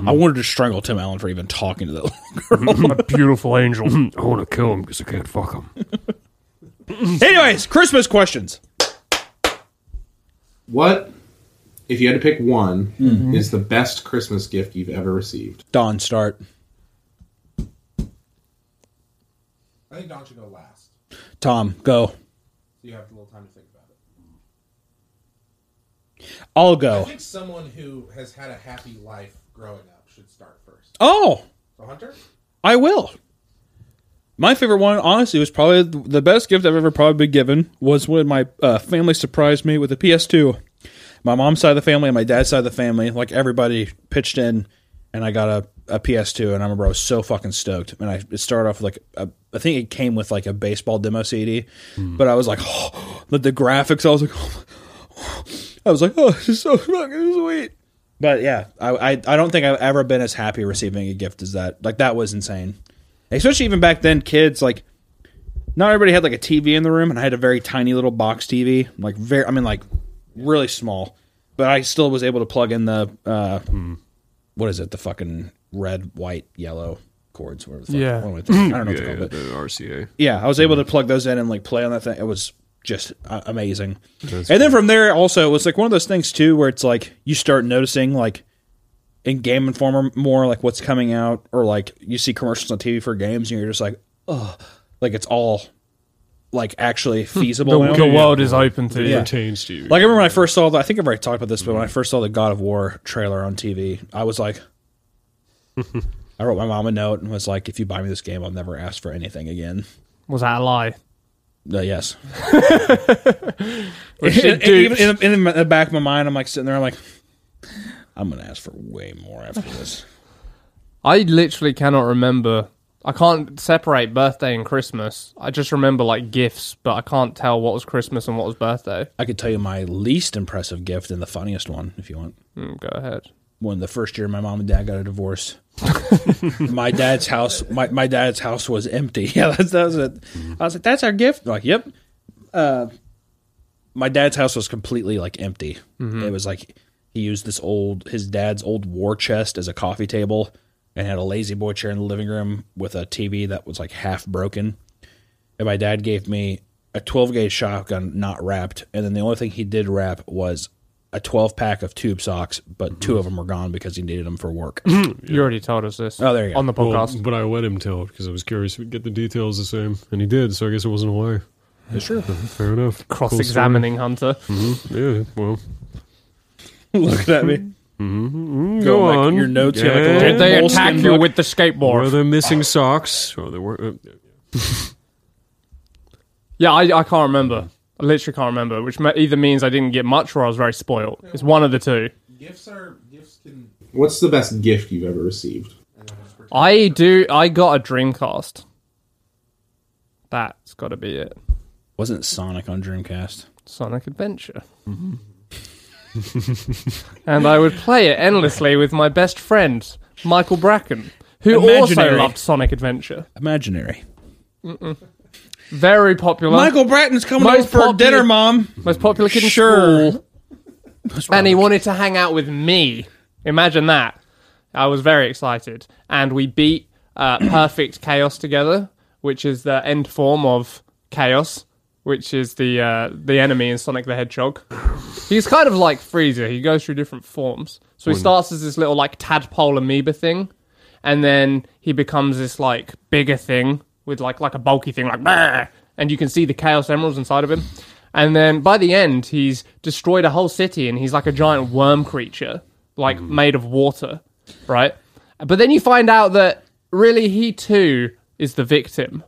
S3: I wanted to strangle Tim Allen for even talking to that.
S2: a beautiful angel.
S4: I want to kill him because I can't fuck him.
S3: Anyways, Christmas questions.
S8: What, if you had to pick one, is the best Christmas gift you've ever received?
S3: Don, start.
S5: I think Don should go last.
S3: Tom, go.
S5: So you have a little time to think about it.
S3: I'll
S5: I
S3: go.
S5: think someone who has had a happy life growing up should start first.
S3: Oh,
S5: So Hunter,
S3: I will. My favorite one, honestly, was probably th- the best gift I've ever probably been given was when my uh, family surprised me with a PS2. My mom's side of the family and my dad's side of the family, like everybody, pitched in, and I got a, a PS2. And I remember I was so fucking stoked. And I it started off with like a, I think it came with like a baseball demo CD, but I was like, the, the graphics. I was like, I was like, oh, this is so fucking sweet. But yeah, I, I I don't think I've ever been as happy receiving a gift as that. Like that was insane. Especially even back then, kids like not everybody had like a TV in the room, and I had a very tiny little box TV, like very I mean like really small. But I still was able to plug in the uh, what is it? The fucking red, white, yellow cords. Whatever the fuck.
S2: Yeah.
S3: What am I thinking? I don't know what
S4: Yeah,
S3: to call
S4: yeah,
S3: it.
S4: the RCA.
S3: yeah, I was
S2: Mm.
S3: able to plug those in and like play on that thing. It was just uh, amazing. and then from there, also, it was like one of those things too, where it's like you start noticing like in Game Informer more like what's coming out, or like you see commercials on TV for games, and you're just like, oh, like it's all like actually feasible.
S2: Hmm.
S3: now.
S2: The, the world is open to you.
S3: Yeah.
S4: pertains to you.
S3: Like I remember when I first saw the I think I've already talked about this, but when I first saw the God of War trailer on TV, I was like I wrote my mom a note and was like, if you buy me this game, I'll never ask for anything again.
S2: Was that a lie?
S3: Uh, yes.
S2: Was she
S3: And- and
S2: duped?
S3: even in, the- in the back of my mind, I'm like sitting there, I'm like, I'm gonna ask for way more after this.
S2: I literally cannot remember. I can't separate birthday and Christmas. I just remember like gifts, but I can't tell what was Christmas and what was birthday.
S3: I could tell you my least impressive gift and the funniest one, if you want.
S2: Mm, go ahead.
S3: When the first year my mom and dad got a divorce, my dad's house, my, my dad's house was empty. Yeah, that's, that was it. I was like, "That's our gift." They're like, yep. Uh, my dad's house was completely like empty. It was like he used this old his dad's old war chest as a coffee table, and had a lazy boy chair in the living room with a TV that was like half broken. And my dad gave me a 12 gauge shotgun, not wrapped. And then the only thing he did wrap was a 12 pack of tube socks, but two of them were gone because he needed them for work.
S2: You already told us this.
S3: Oh, there you go.
S2: On the
S4: Well,
S2: podcast.
S4: but I let him tell because I was curious if he'd get the details the same, and he did. So I guess it wasn't a lie. That's true. Fair enough. Cool
S2: Cross examining Hunter.
S3: Mm-hmm.
S4: story. Yeah. Well,
S3: Look at me.
S4: go,
S3: Go on,
S4: on.
S3: like, your notes here, like a
S4: Yeah.
S3: little-
S2: Did they
S3: Moleskin
S2: attack you
S3: book.
S2: with the skateboard?
S4: Were there missing socks? Or there were. Uh,
S2: Yeah, I, I can't remember. I literally can't remember, which ma- either means I didn't get much or I was very spoiled. It's one of the two.
S5: Gifts are gifts can.
S8: What's the best gift you've ever received?
S5: And I'm just pretend-
S2: I do. I got a Dreamcast. That's got to be it.
S3: Wasn't Sonic on Dreamcast?
S2: Sonic Adventure.
S3: Mm-hmm.
S2: and I would play it endlessly with my best friend, Michael Bracken, who also
S3: Imaginary.
S2: loved Sonic Adventure.
S3: Imaginary.
S2: Very popular.
S3: Michael Bratton's coming
S2: Most
S3: over for
S2: popular-
S3: dinner, Mom.
S2: most popular kid in
S3: Sure.
S2: school. And he wanted to hang out with me. Imagine that. I was very excited. And we beat uh, Perfect Chaos together, which is the end form of Chaos, which is the uh, the enemy in Sonic the Hedgehog. He's kind of like Freezer. He goes through different forms. So
S3: Mm.
S2: he starts as this little like tadpole amoeba thing, and then he becomes this like bigger thing with like like a bulky thing like "Bah!" and you can see the chaos emeralds inside of him. And then by the end, he's destroyed a whole city and he's like a giant worm creature, like
S3: Mm.
S2: made of water, right? But then you find out that really he too is the victim,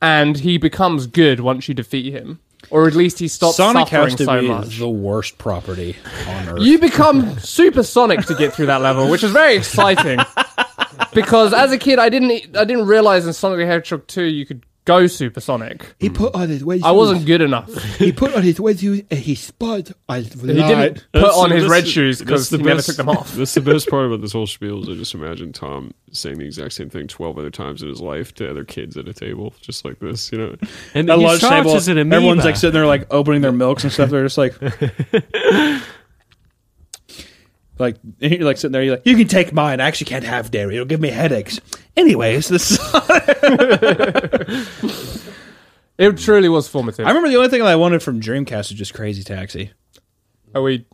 S2: and he becomes good once you defeat him, or at least he stops
S3: Sonic
S2: suffering
S3: has to
S2: so
S3: be
S2: much.
S3: the worst property on earth.
S2: You become supersonic to get through that level, which is very exciting. because as a kid, I didn't e, I didn't realize in Sonic the Hedgehog 2 you could go supersonic.
S7: He put on his way.
S2: I wasn't good enough.
S7: He put on his way shoes and he spud. I
S2: He didn't put
S4: that's-
S2: on his
S4: that's
S2: red
S4: the-
S2: shoes because
S4: that's
S2: he
S4: the
S2: never
S4: best-
S2: took them off.
S4: That's the best part about this whole spiel is I just imagine Tom saying the exact same thing twelve other times in his life to other kids at a table, just like this, you know. And
S3: At
S4: he
S3: lunch
S4: starts
S3: table,
S4: as an amoeba.
S3: everyone's like sitting there, like opening their milks and stuff. They're just like, like you're like sitting there. You're like, you can take mine. I actually can't have dairy. It'll give me headaches. Anyways, this.
S2: It truly was formative.
S3: I remember the only thing that I wanted from Dreamcast was just Crazy Taxi.
S2: Are we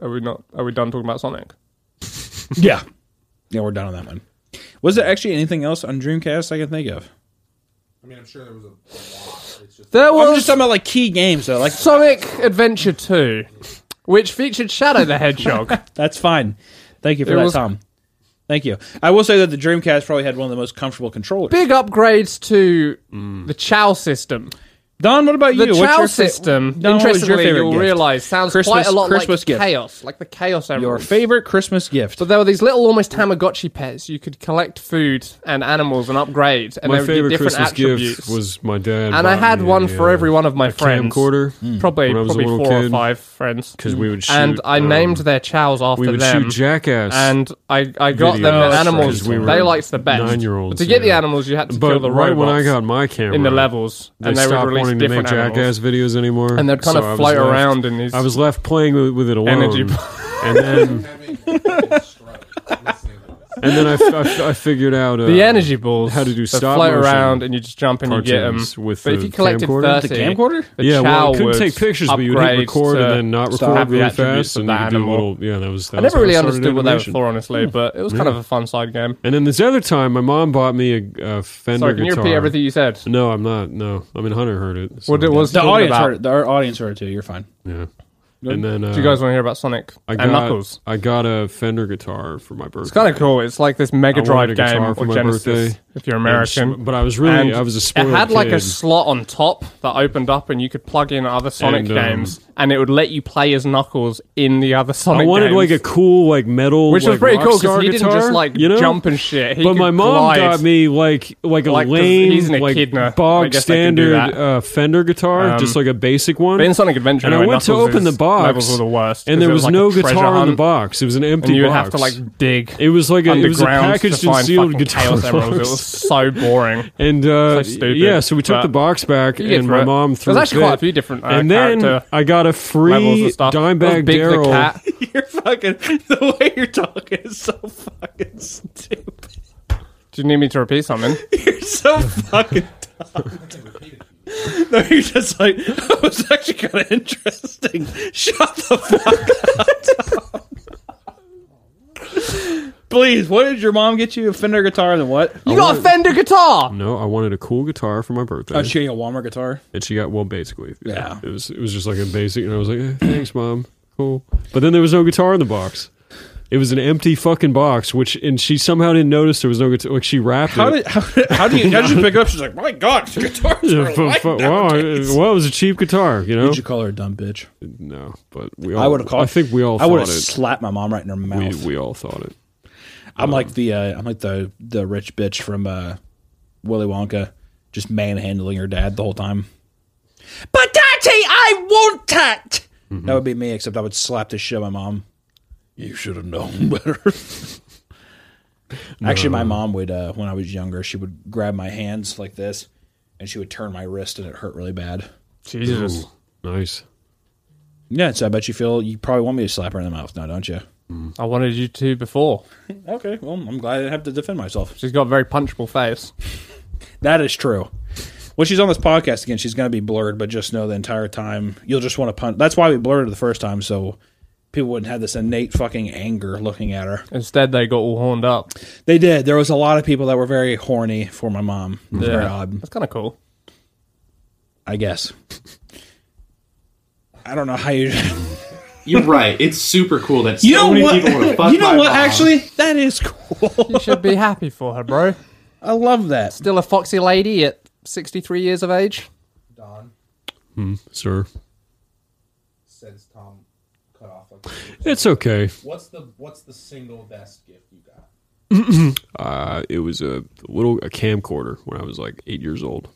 S2: are we not are we done talking about Sonic?
S3: Yeah, yeah, we're done on that one. Was there actually anything else on Dreamcast I can think of?
S5: I mean, I'm sure there was a, a lot. It's just
S2: There
S3: I'm
S2: was
S3: just talking about like key games though. Like
S2: Sonic Adventure 2, which featured Shadow the Hedgehog.
S3: That's fine. Thank you for
S2: It
S3: that,
S2: was-
S3: Tom. Thank you. I will say that the Dreamcast probably had one of the most comfortable controllers.
S2: Big upgrades to
S4: Mm.
S2: the Chow system.
S3: Don, what about
S2: The
S3: you?
S2: chow
S3: your fa-
S2: system,
S3: Don, what was your
S2: interestingly,
S3: favorite
S2: you'll
S3: gift?
S2: realize, sounds
S3: Christmas-
S2: quite a lot
S3: Christmas
S2: like
S3: gift.
S2: chaos, like the chaos
S3: Your
S2: emeralds.
S3: favorite Christmas gift.
S2: So there were these little, almost Tamagotchi pets. You could collect food and animals and upgrade, and
S4: my
S2: there would be
S4: favorite
S2: different
S4: Christmas
S2: attributes.
S4: gift was my dad,
S2: and I had one for every one of my friends.
S4: camcorder.
S2: Probably,
S4: when I was a
S2: probably
S4: little
S2: four or
S4: kid.
S2: five friends.
S4: 'Cause we would
S2: And
S4: shoot,
S2: I
S4: um,
S2: named their chows after
S4: We would
S2: them.
S4: shoot jackass,
S2: and I, I got them
S4: videos
S2: the animals.
S4: because we were
S2: they liked the best.
S4: nine-year-olds,
S2: But to get the
S4: yeah.
S2: animals, you had to
S4: but
S2: kill the
S4: right when I
S2: robots
S4: got my camera
S2: in the levels,
S4: they
S2: and they would
S4: stopped
S2: release
S4: wanting to
S2: different
S4: make
S2: animals.
S4: jackass videos anymore,
S2: And they'd kind of
S4: so I was
S2: float
S4: left-
S2: around in these.
S4: I was left playing with, with it alone.
S2: Energy
S4: and then
S5: having a fucking stroke listening to this.
S4: And then I, f- I f- I figured out uh,
S2: The energy balls.
S4: how to do
S2: that
S4: stop
S2: float
S4: motion
S2: around and you just jump and you get them.
S4: cartoons with
S2: But if
S4: the
S2: you collected
S4: camcorder.
S2: 30,
S3: camcorder?
S2: the
S4: yeah,
S2: chow
S4: well, I couldn't
S2: would
S4: take pictures, but you would hit
S2: upgrade
S4: record
S2: to
S4: and then not
S2: stop
S4: record
S2: the
S4: really
S2: attributes
S4: fast,
S2: of
S4: and you
S2: that
S4: could do
S2: animal.
S4: little. Yeah, that was. That
S2: I
S4: was
S2: never
S4: how
S2: really
S4: started
S2: understood what they were
S4: animation.
S2: for, honestly, but it was kind of a fun side game.
S4: And then this other time, my mom bought me a, a Fender
S2: Sorry, can you
S4: guitar.
S2: repeat everything you said?
S4: No, I'm not. No, I mean Hunter heard it. so-
S2: What it was
S3: Oh, The
S2: talking
S3: audience
S2: about.
S3: heard it. Our audience heard it too. You're fine.
S4: Yeah. And then uh,
S2: Do you guys want to hear about Sonic
S4: I got
S2: and Knuckles?
S4: I got a Fender guitar for my birthday.
S2: It's kind of cool. It's like this Mega
S4: I wanted a
S2: Drive game
S4: guitar for
S2: or
S4: my
S2: Genesis,
S4: birthday.
S2: if you're
S4: And s-
S2: American.
S4: but I was really
S2: And
S4: I was a spoiled
S2: It had like
S4: kid.
S2: a slot on top that opened up, and you could plug in other Sonic
S4: And, um,
S2: games, and it would let you play as Knuckles in the other Sonic.
S4: I wanted
S2: games,
S4: like a cool like metal,
S2: which was
S4: like,
S2: pretty
S4: rock
S2: cool
S4: star
S2: because he didn't
S4: guitar,
S2: just like
S4: you know?
S2: jump and shit. He
S4: but
S2: could
S4: my mom
S2: glide.
S4: got me like like a
S2: Like, 'cause
S4: lame
S2: he's an
S4: like
S2: echidna. I
S4: bog
S2: guess I can do
S4: standard
S2: that.
S4: uh, Fender guitar, just like a basic one.
S2: But in Sonic Adventure,
S4: and I
S2: anyway,
S4: went to
S2: Knuckles
S4: open the
S2: is-
S4: box,
S2: levels were the worst,
S4: and
S2: 'cause
S4: there
S2: it
S4: was,
S2: like
S4: no
S2: a treasure
S4: guitar in the
S2: hunt,
S4: box. It was an empty
S2: and you would
S4: box.
S2: have to like dig.
S4: it was like a, it was a
S2: underground to
S4: packaged and
S2: find
S4: sealed
S2: fucking
S4: guitar.
S2: Chaos Emeralds. It
S4: box.
S2: was so boring.
S4: And uh,
S2: So stupid.
S4: yeah, so we took
S2: But
S4: the box back,
S2: you get
S4: and
S2: through
S4: my
S2: it.
S4: mom threw.
S2: There's actually
S4: a
S2: quite a
S4: fit.
S2: few different, uh,
S4: and then
S2: character
S4: I got a free
S2: Levels and stuff. That was
S4: Dimebag
S2: Big
S4: Daryl.
S2: the cat.
S3: You're fucking. The way you're talking is so fucking stupid.
S2: Do you need me to repeat something?
S3: You're so fucking dumb. No, you're just like, that was actually kind of interesting. Shut the fuck up. Tom. Please, what did your mom get you? A Fender guitar and what?
S2: You got a Fender guitar.
S4: No, I wanted a cool guitar for my birthday,
S3: Oh, she got you a Walmart guitar?
S4: and she got well, basically,
S3: Yeah.
S4: It was it was just like a basic, and I was like, eh, thanks, mom, cool. But then there was no guitar in the box. It was an empty fucking box, which and she somehow didn't notice there was no guitar. Like she wrapped
S3: How
S4: it.
S3: did, how, how do you, how did you pick it up? She's like, my God, this guitar is
S4: Yeah, fu- fu- wow, it- well, it was a cheap guitar, you know.
S3: Did you call her a dumb bitch?
S4: No, but we all.
S3: I would have called.
S4: I think we all.
S3: I would have
S4: thought it.
S3: slapped my mom right in her mouth.
S4: We, we all thought it.
S3: I'm like the uh, I'm like the the rich bitch from uh, Willy Wonka, just manhandling her dad the whole time. But daddy, I want that. That would be me, except I would slap the shit out of my mom. You should have known better. Actually, my mom would uh, when I was younger, she would grab my hands like this, and she would turn my wrist, and it hurt really bad.
S2: Jesus.
S4: Nice.
S3: Yeah, so I bet you feel you probably want me to slap her in the mouth now, don't you?
S2: I wanted you to before.
S3: Okay, well, I'm glad I didn't have to defend myself.
S2: She's got a very punchable face.
S3: That is true. When she's on this podcast again, she's going to be blurred, but just know the entire time you'll just want to punch. That's why we blurred her the first time, so people wouldn't have this innate fucking anger looking at her.
S2: Instead, they got all horned up.
S3: They did. There was a lot of people that were very horny for my mom. It was Very odd,
S2: That's kind of cool.
S3: I guess. I don't know how you.
S8: You're right. It's super cool that so
S3: You know
S8: many
S3: what?
S8: people want to fuck
S3: you know
S8: my
S3: what?
S8: mom.
S3: Actually, that is cool.
S2: You should be happy for her, bro.
S3: I love that.
S2: Still a foxy lady at 63 years of age.
S5: Don
S4: Sir.
S5: says Tom cut off. Like,
S4: It's okay.
S5: what's the what's the single best gift you got?
S4: Uh, it was a little a camcorder when I was like eight years old.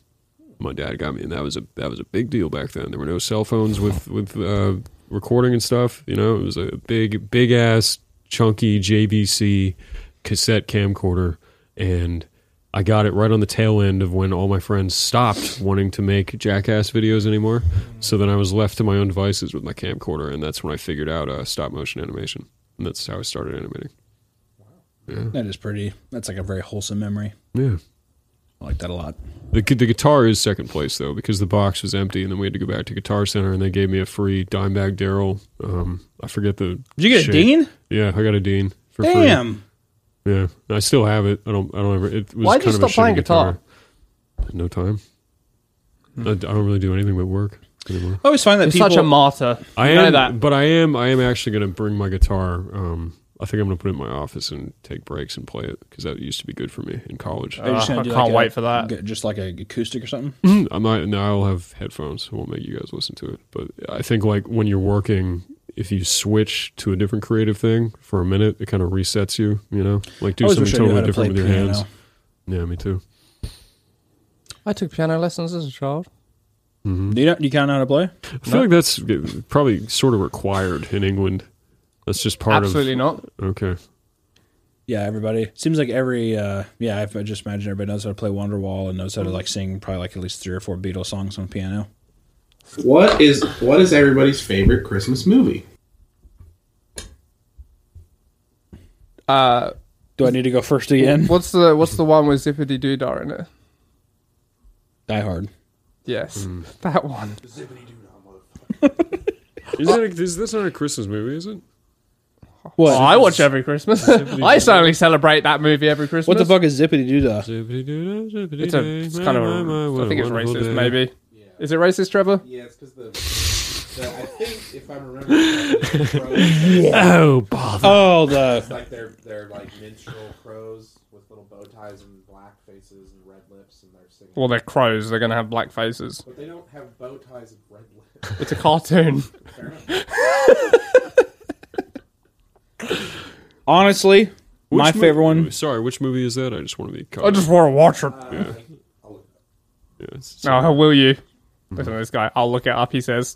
S4: My dad got me, and that was a that was a big deal back then. There were no cell phones with with uh, recording and stuff. You know, it was a big big ass chunky JVC cassette camcorder, and I got it right on the tail end of when all my friends stopped wanting to make jackass videos anymore. So then I was left to my own devices with my camcorder, and that's when I figured out uh, stop motion animation, and that's how I started animating.
S3: That is pretty. That's like a very wholesome memory.
S4: Yeah.
S3: I like that a lot.
S4: The, gu- the guitar is second place though because the box was empty, and then we had to go back to Guitar Center, and they gave me a free Dimebag Daryl. Um, I forget the.
S3: Did you get
S4: shape.
S3: a dean?
S4: Yeah, I got a Dean for
S3: Damn.
S4: free. Yeah, And I still have it. I don't. I don't ever. It was
S2: Why'd you
S4: kind of a
S2: stop playing
S4: shitty
S2: guitar?
S4: No time. I, I don't really do anything but work anymore.
S3: I always find that
S2: You're
S3: people
S2: such a martyr.
S4: I
S2: You know
S4: am,
S2: that.
S4: but I am. I am actually going to bring my guitar. Um, I think I'm going to put it in my office and take breaks and play it because that used to be good for me in college.
S3: Are you just
S2: Uh,
S3: gonna
S2: I
S3: do
S2: can't
S3: like a-
S2: wait for that.
S3: g- Just like an acoustic or something.
S4: I'm not. Mm-hmm. No, I'll have headphones. I won't make you guys listen to it. But I think like when you're working, if you switch to a different creative thing for a minute, it kind of resets you. You know, like do
S3: always
S4: something
S3: wish I knew how
S4: totally
S3: to
S4: different with
S3: play
S4: your
S3: piano.
S4: hands. Yeah, me too.
S2: I took piano lessons as a child.
S4: Hmm.
S3: Do you know, do you kind of know how to play?
S4: I feel like that's probably sort of required in England. That's just part
S2: Absolutely
S4: of.
S2: not.
S4: Absolutely. Okay.
S3: Yeah, everybody. Seems like every uh yeah, I've- I just imagine everybody knows how to play Wonderwall and knows how to like sing probably like at least three or four Beatles songs on piano.
S8: What is what is everybody's favorite Christmas movie?
S3: Do I need to go first again?
S2: What's the What's the one with Zippity Doodah in it?
S3: Die Hard.
S2: Yes, that one.
S4: Isn't it, is this not a Christmas movie? Is it?
S3: What?
S2: Oh, I watch every Christmas. I certainly celebrate that movie every Christmas.
S3: what the fuck is zippity doo dah?
S4: It's,
S2: It's, a, it's kind of a, I think it's racist, maybe. Is it racist, Trevor?
S5: Yeah, it's because the, the. I think if I'm remembering, correctly, the crows,
S4: Oh, bother.
S3: Oh, the
S5: it's like they're they're like minstrel crows with little bow ties and black faces and red lips, and they're singing.
S2: Well, they're crows. They're going to have black faces.
S5: But they don't have bow ties and red lips.
S2: It's a cartoon.
S3: honestly, my
S4: Which
S3: favorite
S4: movie-
S3: one.
S4: Sorry, which movie is that? I just want to be. Caught.
S2: I just want to watch it.
S4: Yeah, it's-
S2: No, Oh, how will you? Listen to this guy. I'll look it up, he says.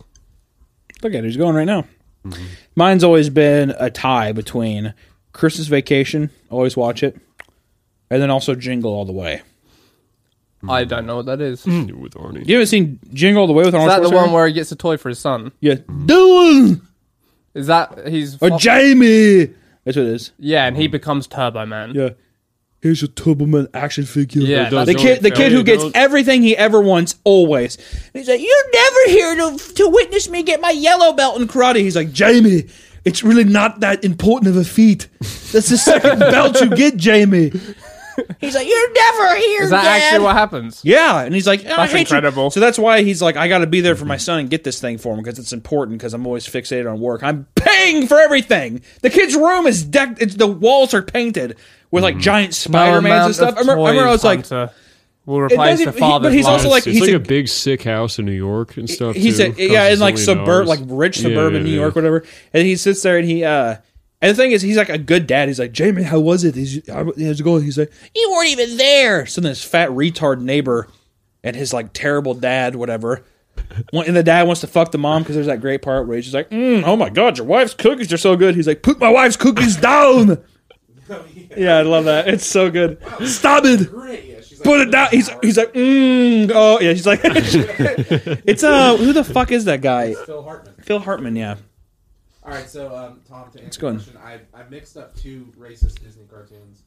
S3: Look at it, he's going right now. Mm-hmm. Mine's always been a tie between Christmas Vacation, always watch it, and then also Jingle All the Way.
S2: I don't know what that is.
S3: Mm.
S2: Is
S4: with Arnie.
S3: You haven't seen Jingle All the Way with Arnold
S2: that the
S3: Schwarzenegger?
S2: one where he gets a toy for his son?
S3: Yeah, Dylan
S2: Is that he's
S3: or
S2: fo-
S3: Jamie. That's what it is.
S2: yeah, and he becomes Turbo Man.
S3: Yeah. Here's a Turbo Man action figure.
S2: Yeah, that's
S3: The
S2: what
S3: kid, the
S2: it
S3: kid who
S2: is.
S3: gets everything he ever wants, always. He's like, "You're never here to to witness me get my yellow belt in karate." He's like, "Jamie, it's really not that important of a feat. That's the second belt you get, Jamie."
S6: He's like, you're never here,
S2: Is that
S6: Dad.
S2: actually what happens?
S3: Yeah, and he's like, "I
S2: That's
S3: hate you."
S2: incredible. Mm-hmm.
S3: So that's why he's like, "I got to be there for my son and get this thing for him because it's important because I'm always fixated on work. I'm paying for everything. The kid's room is decked. It's, the walls are painted with
S2: Mm-hmm.
S3: like giant Spider Mans and stuff." I remember, I remember I was like.
S2: we'll replace
S3: doesn't-
S2: the
S3: he-
S2: father.
S3: but he's also like-
S4: it's
S3: he's
S4: like
S3: a-
S4: a, big sick house in New York and stuff.
S3: he's
S4: too,
S3: a,
S4: costs
S3: yeah, in like
S4: a zillion
S3: suburb,
S4: dollars.
S3: like rich
S4: Yeah,
S3: suburban
S4: yeah,
S3: New
S4: yeah.
S3: York, whatever. And he sits there and he, uh, and the thing is, he's like a good dad. He's like, Jamie, how was it? He's, I- how's it going? He's like, you weren't even there. So then this fat retard neighbor and his like terrible dad, whatever. want- And the dad wants to fuck the mom because there's that great part where he's just like, mm, "Oh my god, your wife's cookies are so good." He's like, "Put my wife's cookies down."
S5: Oh,
S3: yeah, I love that. It's so good. Stop it.
S5: Great, yeah, she's like,
S3: Put it down. He's he's like, mm, oh yeah. He's like, it's uh, who the fuck is that guy?
S5: Phil Hartman.
S3: Phil Hartman. Yeah.
S5: All right, so um, Tom, to answer
S3: go
S5: your
S3: on.
S5: question, I, I mixed up two racist Disney cartoons.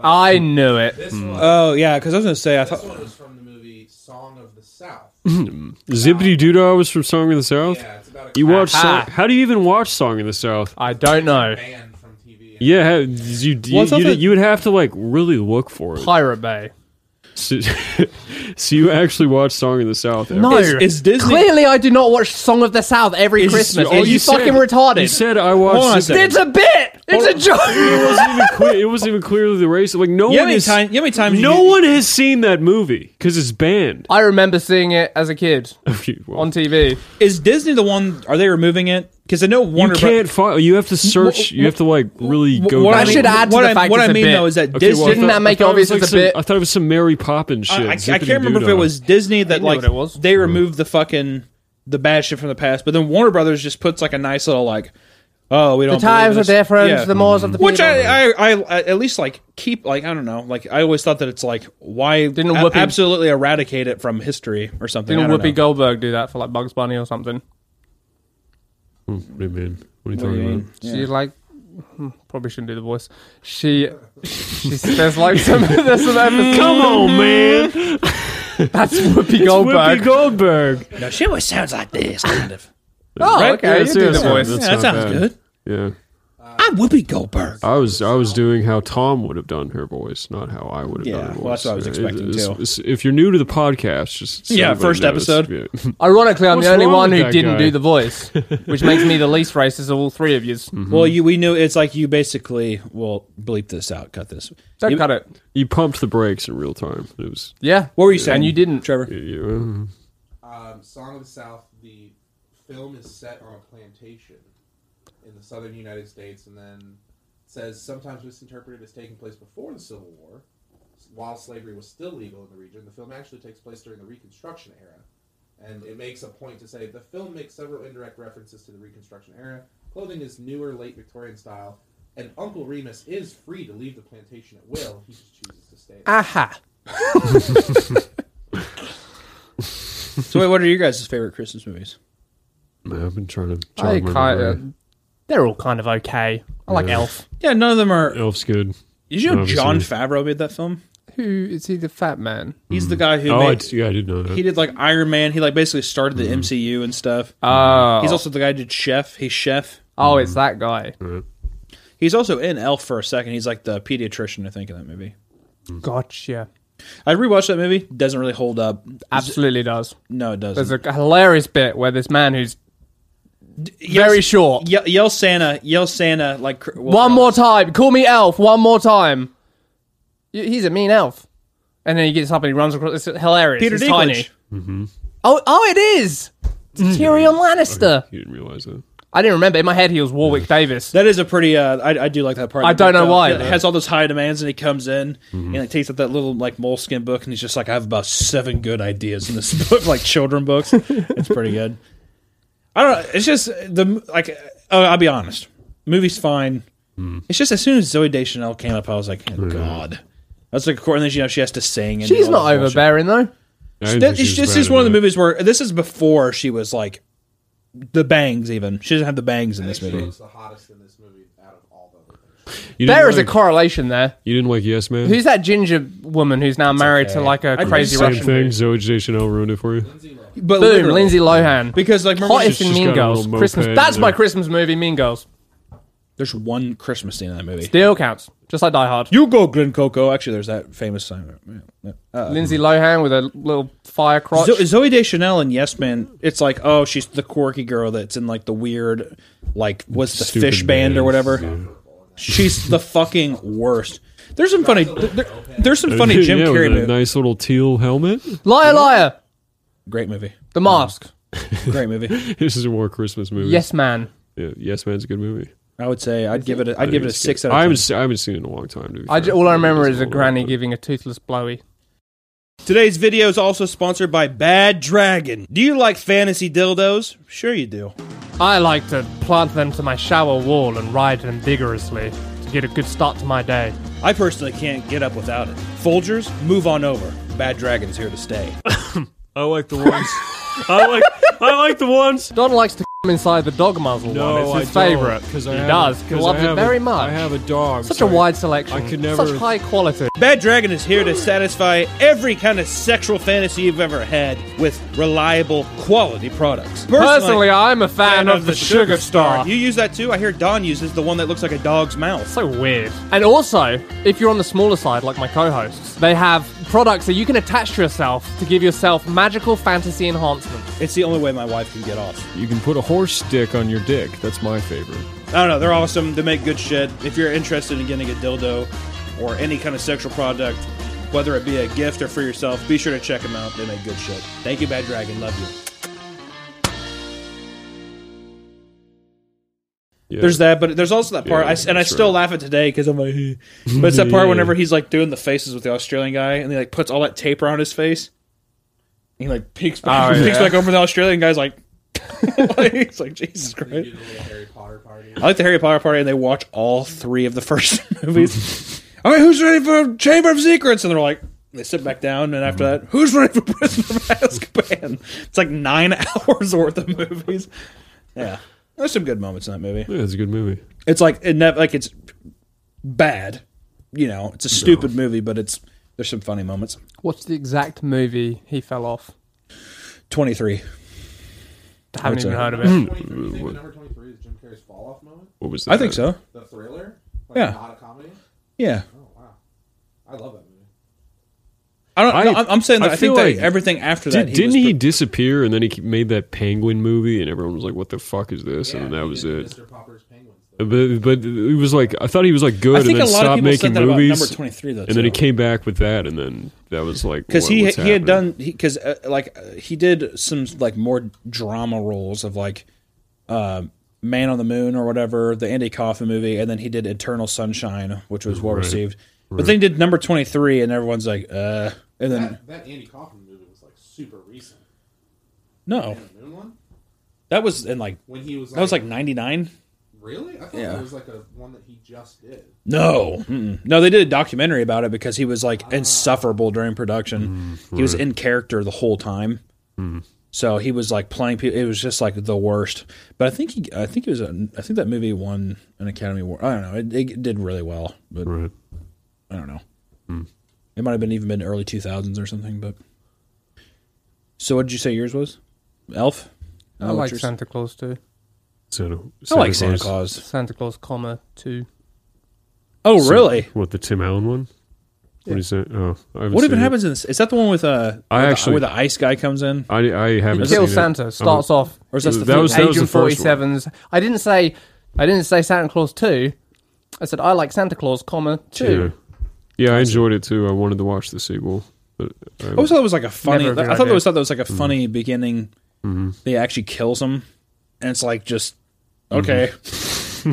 S2: I knew it.
S5: This one,
S3: Oh yeah, because I was gonna say I
S5: this
S3: thought
S5: one was from the movie Song of the South.
S3: Mm-hmm.
S4: Zippity Doodah was from Song of the South.
S5: yeah, it's about a
S4: You watch?
S2: Aha.
S4: Song, how do you even watch Song of the South?
S2: I don't know.
S5: banned from TV.
S4: Yeah, how- you you,
S3: What's up
S4: you,
S3: with-
S4: you would have to like really look for it.
S2: Pirate Bay.
S4: So, so you actually watch Song of the South? every-
S2: No.
S3: is, is Disney.
S2: Clearly, I do not watch Song of the South every Christmas.
S4: Oh,
S2: Are you,
S4: said-
S2: fucking retarded?
S4: You said I
S3: Hold on a
S4: watched. Zippity-
S3: second.
S2: it's a bit. It's a joke.
S4: It wasn't even clear. It wasn't even clearly the race. Like no
S3: You know how
S4: one
S3: many
S4: is.
S3: times? You know how many times?
S4: No
S3: you,
S4: one has seen that movie because it's banned.
S2: I remember seeing it as a kid
S4: Okay, well,
S2: on TV.
S3: is Disney the one? Are they removing it? Because I know
S4: you
S3: Warner. Bro-
S4: can't find. You have to search. You have to like really
S3: wh-
S4: go.
S3: what
S4: down.
S2: I should add to
S3: what
S2: the
S3: I,
S2: fact
S3: what
S2: it's
S3: I
S2: a
S3: mean
S2: bit.
S3: though is that
S4: Okay, well,
S3: Disney.
S4: I
S2: Didn't
S4: thought-
S2: that make
S4: I thought
S2: it obvious
S4: was like
S2: it's a
S4: some-
S2: bit-
S4: I thought it was some Mary Poppins shit.
S3: I, I, I
S4: Zippity
S3: can't remember if it
S4: doodah.
S3: was Disney that
S2: knew
S3: like
S2: what it was.
S3: they removed the fucking the bad shit from the past, but then Warner Brothers just puts like a nice little like, oh, we don't.
S2: The times are
S3: believe this.
S2: different.
S3: Yeah. Mm-hmm.
S2: The mores of the
S3: Which
S2: people.
S3: I, I, I, I at least like keep like I don't know like I always thought that it's like why
S2: Didn't
S3: a-
S2: Whoopi-
S3: absolutely eradicate it from history or something.
S2: Didn't
S3: I don't
S2: Whoopi
S3: know.
S2: Goldberg do that for like Bugs Bunny or something?
S4: What do you mean? What
S3: Oh,
S4: are you talking about?
S2: She's like, hmm, probably shouldn't do the voice. She, she there's like some there's some episodes.
S4: Come on, man.
S2: That's Whoopi
S3: Oh,
S2: Goldberg.
S4: Whoopi Goldberg.
S3: No, she always sounds like this kind of.
S2: oh,
S3: Right?
S2: okay, you do the voice.
S3: Yeah, that sounds good.
S4: Yeah.
S3: I'm Whoopi Goldberg.
S4: I was I was doing how Tom would have done her voice, not how I would have
S3: Yeah,
S4: done her voice.
S3: well, that's what I was
S4: Yeah,
S3: expecting,
S4: it's-
S3: too.
S4: it's- If you're new to the podcast, just so
S3: Yeah,
S4: everybody
S3: first
S4: knows.
S3: episode.
S4: Yeah.
S2: Ironically, I'm
S4: What's
S2: the only
S4: wrong
S2: one
S4: with
S2: who
S4: that
S2: didn't
S4: guy?
S2: do the voice, which makes me the least racist of all three of you.
S3: Well, you we knew it's like you basically will bleep this out, cut this.
S2: Don't
S3: You- Hmm.
S2: cut it.
S4: You pumped the brakes in real time. It was.
S2: Yeah.
S3: What were you saying?
S2: And you didn't.
S3: Trevor.
S4: You,
S5: Um, Song of the South, the film is set on a plantation in the southern United States and then says sometimes misinterpreted as taking place before the Civil War. While slavery was still legal in the region, the film actually takes place during the Reconstruction era. And it makes a point to say the film makes several indirect references to the Reconstruction era. Clothing is newer, late Victorian style. And Uncle Remus is free to leave the plantation at will. He just chooses to stay. there.
S2: Aha.
S3: So wait, what are your guys' favorite Christmas movies?
S4: man, uh, I've been trying to.
S2: I
S4: jog my
S2: kind
S4: memory.
S2: of, they're all kind of okay. I like Elf.
S3: Yeah, none of them are.
S4: Elf's good.
S3: Did you know
S4: Obviously.
S3: John Favreau made that film?
S2: Who is he? The fat man.
S3: He's the guy who
S4: Oh, I, Mm-hmm.
S3: made,
S4: d- yeah, I did know that.
S3: he did like Iron Man. He like basically started the MCU and stuff.
S2: Oh,
S3: He's also Mm. the guy who did Chef. He's Chef.
S2: oh, it's that guy.
S3: He's also in Elf for a second. He's like the pediatrician, I think, in that movie.
S2: Gotcha.
S3: I rewatched that movie. Doesn't really hold up.
S2: Absolutely does.
S3: No, it doesn't.
S2: There's a hilarious bit where this man who's
S3: Yes.
S2: very short.
S3: Ye- yell Santa, yell Santa, like cr- well,
S2: One more time. Call me elf. One more time. Y- He's a mean elf. And then he gets up and he runs across. It's hilarious.
S3: Peter
S2: He's
S3: Dinklage. Mm.
S2: tiny. Oh, oh, it is. It's Tyrion Lannister.
S4: You didn't realize that.
S2: I didn't remember. In my head, he was Warwick Davis.
S3: That is a pretty. Uh, I, I do like that part.
S2: I don't know
S3: Uh,
S2: why,
S3: It
S2: though.
S3: has all those high demands, and he comes in and like takes out that little like moleskin book, and he's just like, "I have about seven good ideas in this book, like children books." It's pretty good. I don't. know. It's just the like. Uh, I'll be honest. Movie's fine.
S2: Hmm.
S3: It's just as soon as Zoe Deschanel came up, I was like, oh, "God." That's like, of course, and then you know she has to sing. And do
S2: She's
S3: all
S2: not
S3: that bullshit.
S2: overbearing though.
S4: I
S3: That,
S4: didn't think she
S3: is-
S4: was
S3: this
S4: bad
S3: is
S4: in
S3: one of the
S4: that.
S3: movies where this is before she was like the bangs. Even she doesn't have the bangs in this
S5: She
S3: movie.
S5: looks the hottest in this movie out of all the other things.
S4: You didn't
S2: There is a
S4: like,
S2: correlation there.
S4: You didn't like Yes Man?
S2: Who's that ginger woman who's now married to like a
S3: I-
S2: crazy
S4: Same
S2: Russian?
S4: thing. Zoe J. Chanel ruined it for you.
S3: But
S2: Boom,
S3: literally.
S2: Lindsay Lohan.
S3: Because like remember,
S2: Hottest
S4: she's
S2: in
S4: just
S2: Mean
S4: got a
S2: Girls.
S4: little moped
S2: Christmas.
S4: and
S2: That's my
S4: everything.
S2: Christmas movie, Mean Girls.
S3: there's one Christmas scene in that movie.
S2: Deal counts. Just like Die Hard.
S3: You go, Glen Coco. Actually, there's that famous sign.
S2: Lindsay Lohan with a little fire crotch.
S3: Zo- Zoe Deschanel and Yes Man. It's like, oh, she's the quirky girl that's in like the weird, like what's the
S4: Stupid
S3: fish band or
S4: bands,
S3: whatever.
S4: yeah.
S3: She's the fucking worst. There's some funny. there- there's some funny Jim
S4: yeah,
S3: Carrey
S4: with a
S3: movies.
S4: nice little teal helmet.
S2: liar, liar.
S3: Great movie.
S2: The Mask.
S3: Great movie.
S4: This is a more Christmas movie.
S2: Yes, man.
S4: Yeah, yes Man's a good movie.
S3: I would say I'd give it. A, I'd give it a
S4: It's good.
S3: six out
S4: I
S3: of
S4: haven't,
S3: ten.
S4: se- I haven't seen it in a long time. To be
S2: I
S4: fair.
S2: j- all I remember
S4: It's
S2: is a
S4: old,
S2: granny
S4: but-
S2: giving a toothless blowy.
S3: Today's video is also sponsored by Bad Dragon. Do you like fantasy dildos? Sure you do.
S2: I like to plant them to my shower wall and ride them vigorously to get a good start to my day.
S3: I personally can't get up without it. Folgers, move on over. Bad Dragon's here to stay.
S4: I like the ones. I like. I like the ones.
S2: Don likes to come inside the dog muzzle
S4: No,
S2: one. It's his
S4: I
S2: favorite.
S4: because
S2: he
S4: I have
S2: does.
S4: a-
S2: He
S4: 'cause I
S2: loves it
S4: have a-
S2: very much.
S4: I have a dog.
S2: Such
S4: so
S2: a wide selection.
S4: I could never.
S2: Such high quality.
S3: Bad Dragon is here to satisfy every kind of sexual fantasy you've ever had with reliable, quality products.
S2: Personally, I'm a fan of, the Sugar Star.
S3: You use that too? I hear Don uses the one that looks like a dog's mouth.
S2: So weird. And also, if you're on the smaller side, like my co-hosts, they have products that you can attach to yourself to give yourself magical fantasy enhancements.
S3: It's the only way my wife can get off.
S4: You can put a horse dick on your dick. That's my favorite.
S3: I don't know. They're awesome. They make good shit. If you're interested in getting a dildo or any kind of sexual product, whether it be a gift or for yourself, be sure to check them out. They make good shit. Thank you, Bad Dragon. Love you.
S4: Yeah.
S3: There's that, but there's also that part,
S4: Yeah,
S3: I, and I
S4: that's
S3: still
S4: right.
S3: laugh at today because I'm like, "Eh." but it's that part whenever he's like doing the faces with the Australian guy, and he like puts all that tape around his face. He like peeks back,
S2: Oh,
S3: peeks
S2: yeah.
S3: back over the Australian guy's like, it's like Jesus
S5: They
S3: Christ.
S5: do the little Harry Potter party.
S3: I like the Harry Potter party, and they watch all three of the first movies. all right, who's ready for Chamber of Secrets? And they're like, they sit back down, and after that, who's ready for Prisoner of Azkaban? It's like nine hours worth of movies. Yeah, there's some good moments in that movie.
S4: Yeah, it's a good movie.
S3: It's like it never like it's bad. You know, it's a stupid movie, but it's there's some funny moments.
S2: What's the exact movie he fell off?
S3: Twenty three.
S2: I haven't
S3: What's
S2: even
S3: that?
S2: heard of
S4: Hmm.
S2: it.
S5: 23, you think the number 23 is Jim Carrey's fall off moment?
S4: What was that?
S3: I think so.
S5: The thriller? Like,
S3: Yeah.
S5: Not a comedy?
S3: Yeah.
S5: Oh, wow. I love that movie.
S3: I don't.
S4: I-
S3: no, I'm- I'm saying that
S4: I
S3: I, think
S4: feel
S3: that
S4: like-
S3: everything after that.
S4: Did,
S3: was
S4: didn't he
S3: pre-
S4: disappear and then he ke- made that penguin movie and everyone was like, "What the fuck is this?"
S5: Yeah,
S4: and then that
S5: he
S4: was it.
S5: did Mr. Popper's Penguins. though.
S4: But but it was like I thought he was like
S3: I
S4: good and
S3: think
S4: then
S3: a lot of
S4: stopped
S3: people said
S4: making
S3: that about
S4: movies.
S3: number twenty three though.
S4: and then he came back with that, and then that was like
S3: because
S4: what-
S3: he
S4: what's
S3: he had
S4: happening?
S3: done because uh, like uh, he did some like more drama roles of like uh, Man on the Moon or whatever the Andy Kaufman movie, and then he did Eternal Sunshine, which was well received. But then he did number twenty three, and everyone's like, uh, and then
S5: That, that Andy Kaufman movie was like super recent.
S3: no,
S5: The Moon one?
S3: that was in like
S5: When he was like,
S3: That was like 99?
S5: really? I thought
S3: Yeah.
S5: it was like a one that he just did.
S3: No. Mm-mm. No, they did a documentary about it because he was like insufferable during production. He was in character the whole time. Mm. So he was like playing people. It was just like the worst. But I think he, I think it was, a, I think that movie won an Academy Award. I don't know. It, it did really well. But
S4: Right.
S3: I don't know. Mm. It might have been even been early two thousands or something. But so, what did you say yours was? Elf.
S2: I like Santa Claus too.
S4: Santa,
S3: I like Santa Claus.
S2: Santa Claus, comma two.
S3: Oh,
S4: So-
S3: really?
S4: What the Tim Allen one? What is that? Oh, I
S3: What
S4: haven't seen
S3: even
S4: it.
S3: happens in this? Is that the one with uh?
S4: I
S3: where the-
S4: actually-
S3: where the ice guy comes in.
S4: I, I haven't.
S2: He
S4: seen
S2: kills
S4: it.
S2: Santa.
S4: I'm-
S2: Starts off.
S3: Or is that the
S4: That was- that was the
S2: Agent Forty
S4: first one.
S2: Seven's. I didn't say. I didn't say Santa Claus two. I said I like Santa Claus, comma
S4: Yeah.
S2: two.
S4: yeah, I enjoyed it too. I wanted to watch the sequel, but I,
S3: I always thought it was like a funny.
S2: Never a good
S3: I thought that
S2: idea.
S3: was thought that was like a
S4: Mm-hmm.
S3: funny beginning. They actually kills him, and it's like just
S4: Mm-hmm.
S3: okay.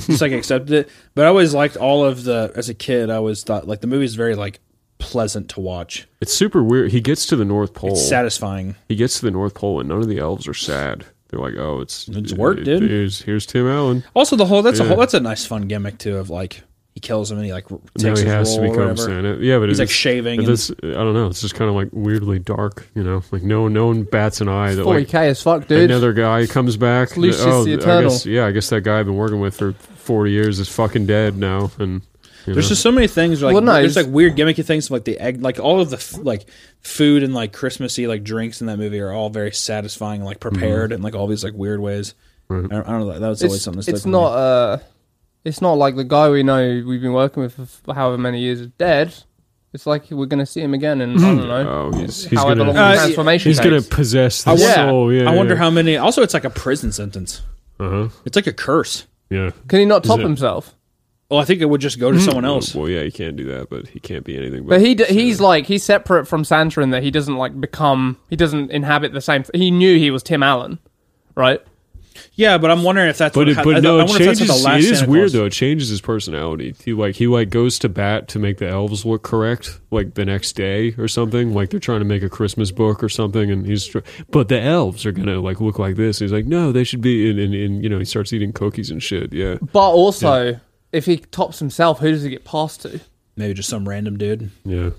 S3: just like accepted it. But I always liked all of the as a kid. I always thought like the movie's very like pleasant to watch,
S4: it's super weird. He gets to the North Pole.
S3: satisfying.
S4: He gets to the North Pole, and none of the elves are sad. They're like, "Oh, it's
S3: It's work,
S4: it-
S3: dude.
S4: Here's, here's Tim Allen.
S3: Also, the whole that's a
S4: Yeah.
S3: whole that's a nice fun gimmick too. Of like he kills him and he like r- takes
S4: now he
S3: his
S4: has to
S3: role or
S4: become
S3: whatever.
S4: Santa. Yeah, but
S3: He's, like,
S4: it's
S3: shaving
S4: But
S3: and-
S4: this, I don't know. It's just kind of like weirdly dark. You know, like no, no one bats an eye. That
S2: Forty
S4: like
S2: k as fuck, dude.
S4: another guy comes back. that-
S2: Lucius
S4: oh,
S2: the
S4: I
S2: Eternal.
S4: guess, yeah, I guess that guy I've been working with for forty years is fucking dead now. And you
S3: There's
S4: know.
S3: just so many things like
S2: Well, no,
S3: there's
S2: it's-
S3: like weird gimmicky things like the egg, like all of the f- like food and like Christmassy like drinks in that movie are all very satisfying, like prepared and like all these like weird ways. I, don't, I don't know. That was always
S2: Mm-hmm. it's,
S3: something. that stuck
S2: it's
S3: with me.
S2: not uh it's not like the guy we know we've been working with for however many years is dead. It's like we're gonna see him again in I
S3: Mm-hmm.
S2: don't know.
S4: oh, he's he's
S2: however long
S4: gonna
S2: the
S3: Uh,
S2: transformation
S4: he's gonna
S2: takes.
S4: possess the
S3: I wonder-
S4: soul. Yeah,
S3: I wonder
S4: yeah.
S3: how many. Also, it's like a prison sentence.
S4: Uh-huh.
S3: It's like a curse.
S4: Yeah.
S2: Can he not top
S4: it-
S2: himself?
S3: Well, I think it would just go to
S2: Mm.
S3: someone else.
S4: Well, Oh, yeah, he can't do that, but he can't be anything. But,
S2: But he d- he's like he's separate from Santa in that he doesn't like become he doesn't inhabit the same. He knew he was Tim Allen, right?
S3: Yeah, but I'm wondering if that's.
S4: But,
S3: what
S4: it,
S3: hap-
S4: but
S3: I-
S4: no,
S3: I
S4: it
S3: wonder if that's
S4: changes.
S3: what the
S4: It
S3: last
S4: is
S3: Santa
S4: weird
S3: Claus-
S4: though. It changes his personality. He like he like goes to bat to make the elves look correct, like the next day or something. Like they're trying to make a Christmas book or something, and he's. Tr- but the elves are gonna like look like this. He's like, no, they should be. And, and, and you know, he starts eating cookies and shit. Yeah,
S2: But also, if he tops himself, who does he get passed to?
S3: Maybe just some random dude.
S4: yeah.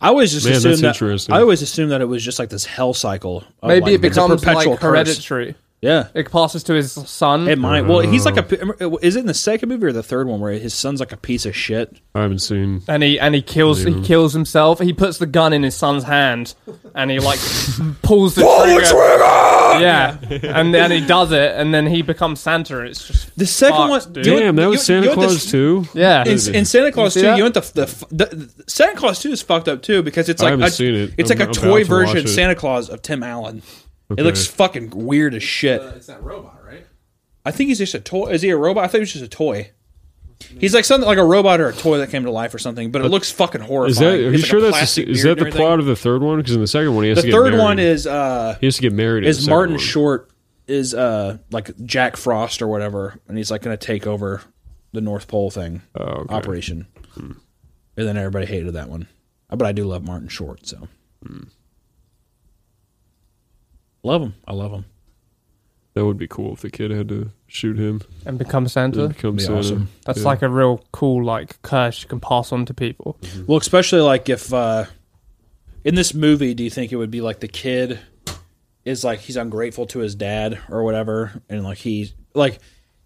S3: I always just
S4: Man, that's
S3: assumed that.
S4: interesting.
S3: I always assumed that it was just like this hell cycle.
S4: Oh,
S3: Of
S2: Maybe
S3: like,
S2: it
S3: it's a
S2: becomes
S3: perpetual
S2: like
S3: curse.
S2: hereditary.
S3: Yeah.
S2: It passes to his son.
S4: Mm-hmm.
S3: It might. Well, he's
S2: Uh.
S3: like a. Is it in the second movie or the third one where his son's like a piece of shit?
S4: I haven't seen.
S2: and he and he kills he kills himself. He puts the gun in his son's hand, and he like pulls the trigger. Yeah, and then he does it, and then he becomes Santa. It's just
S3: The second
S2: Fucked,
S3: one.
S2: dude.
S3: you know-
S4: Damn, that
S3: you-
S4: was Santa
S3: you know what
S4: Claus
S3: this-
S4: too.
S2: yeah.
S3: In, in Santa Claus
S2: see
S3: too,
S2: that?
S3: you went the, the, f- the, the Santa Claus too is fucked up too because it's
S4: I
S3: like
S4: haven't
S3: a,
S4: seen it.
S3: It's
S4: I'm-
S3: like a
S4: I'm
S3: toy
S4: about to watch
S3: version
S4: it.
S3: Santa Claus of Tim Allen.
S4: Okay.
S3: It looks fucking weird as shit.
S5: Uh, it's that robot, right?
S3: I think he's just a toy. Is he a robot? I thought he was just a toy. He's like something like a robot or a toy that came to life or something, but it looks fucking horrifying.
S4: Is that? Are
S3: He
S4: you
S3: has, like, a
S4: sure that's
S3: plastic
S4: the, is
S3: beard
S4: that
S3: and
S4: the
S3: everything.
S4: plot of the third one? Because in the second one, he has to
S3: The
S4: get
S3: third one
S4: married.
S3: is uh,
S4: he has to get married. in the
S3: is
S4: second
S3: Martin
S4: one.
S3: Short is uh like Jack Frost or whatever, and he's like going to take over the North Pole thing
S4: Oh, okay. Hmm.
S3: operation, and then everybody hated that one. Uh, But I do love Martin Short, so
S4: Hmm.
S3: love him. I love him.
S4: That would be cool if the kid had to shoot him.
S2: and becomes
S4: It
S2: Santa.
S4: becomes
S3: Be
S4: Santa.
S3: awesome.
S2: That's
S4: Yeah.
S2: like a real cool like curse you can pass on to people.
S3: Well, especially like if uh in this movie, do you think it would be like the kid is like he's ungrateful to his dad or whatever, and like he like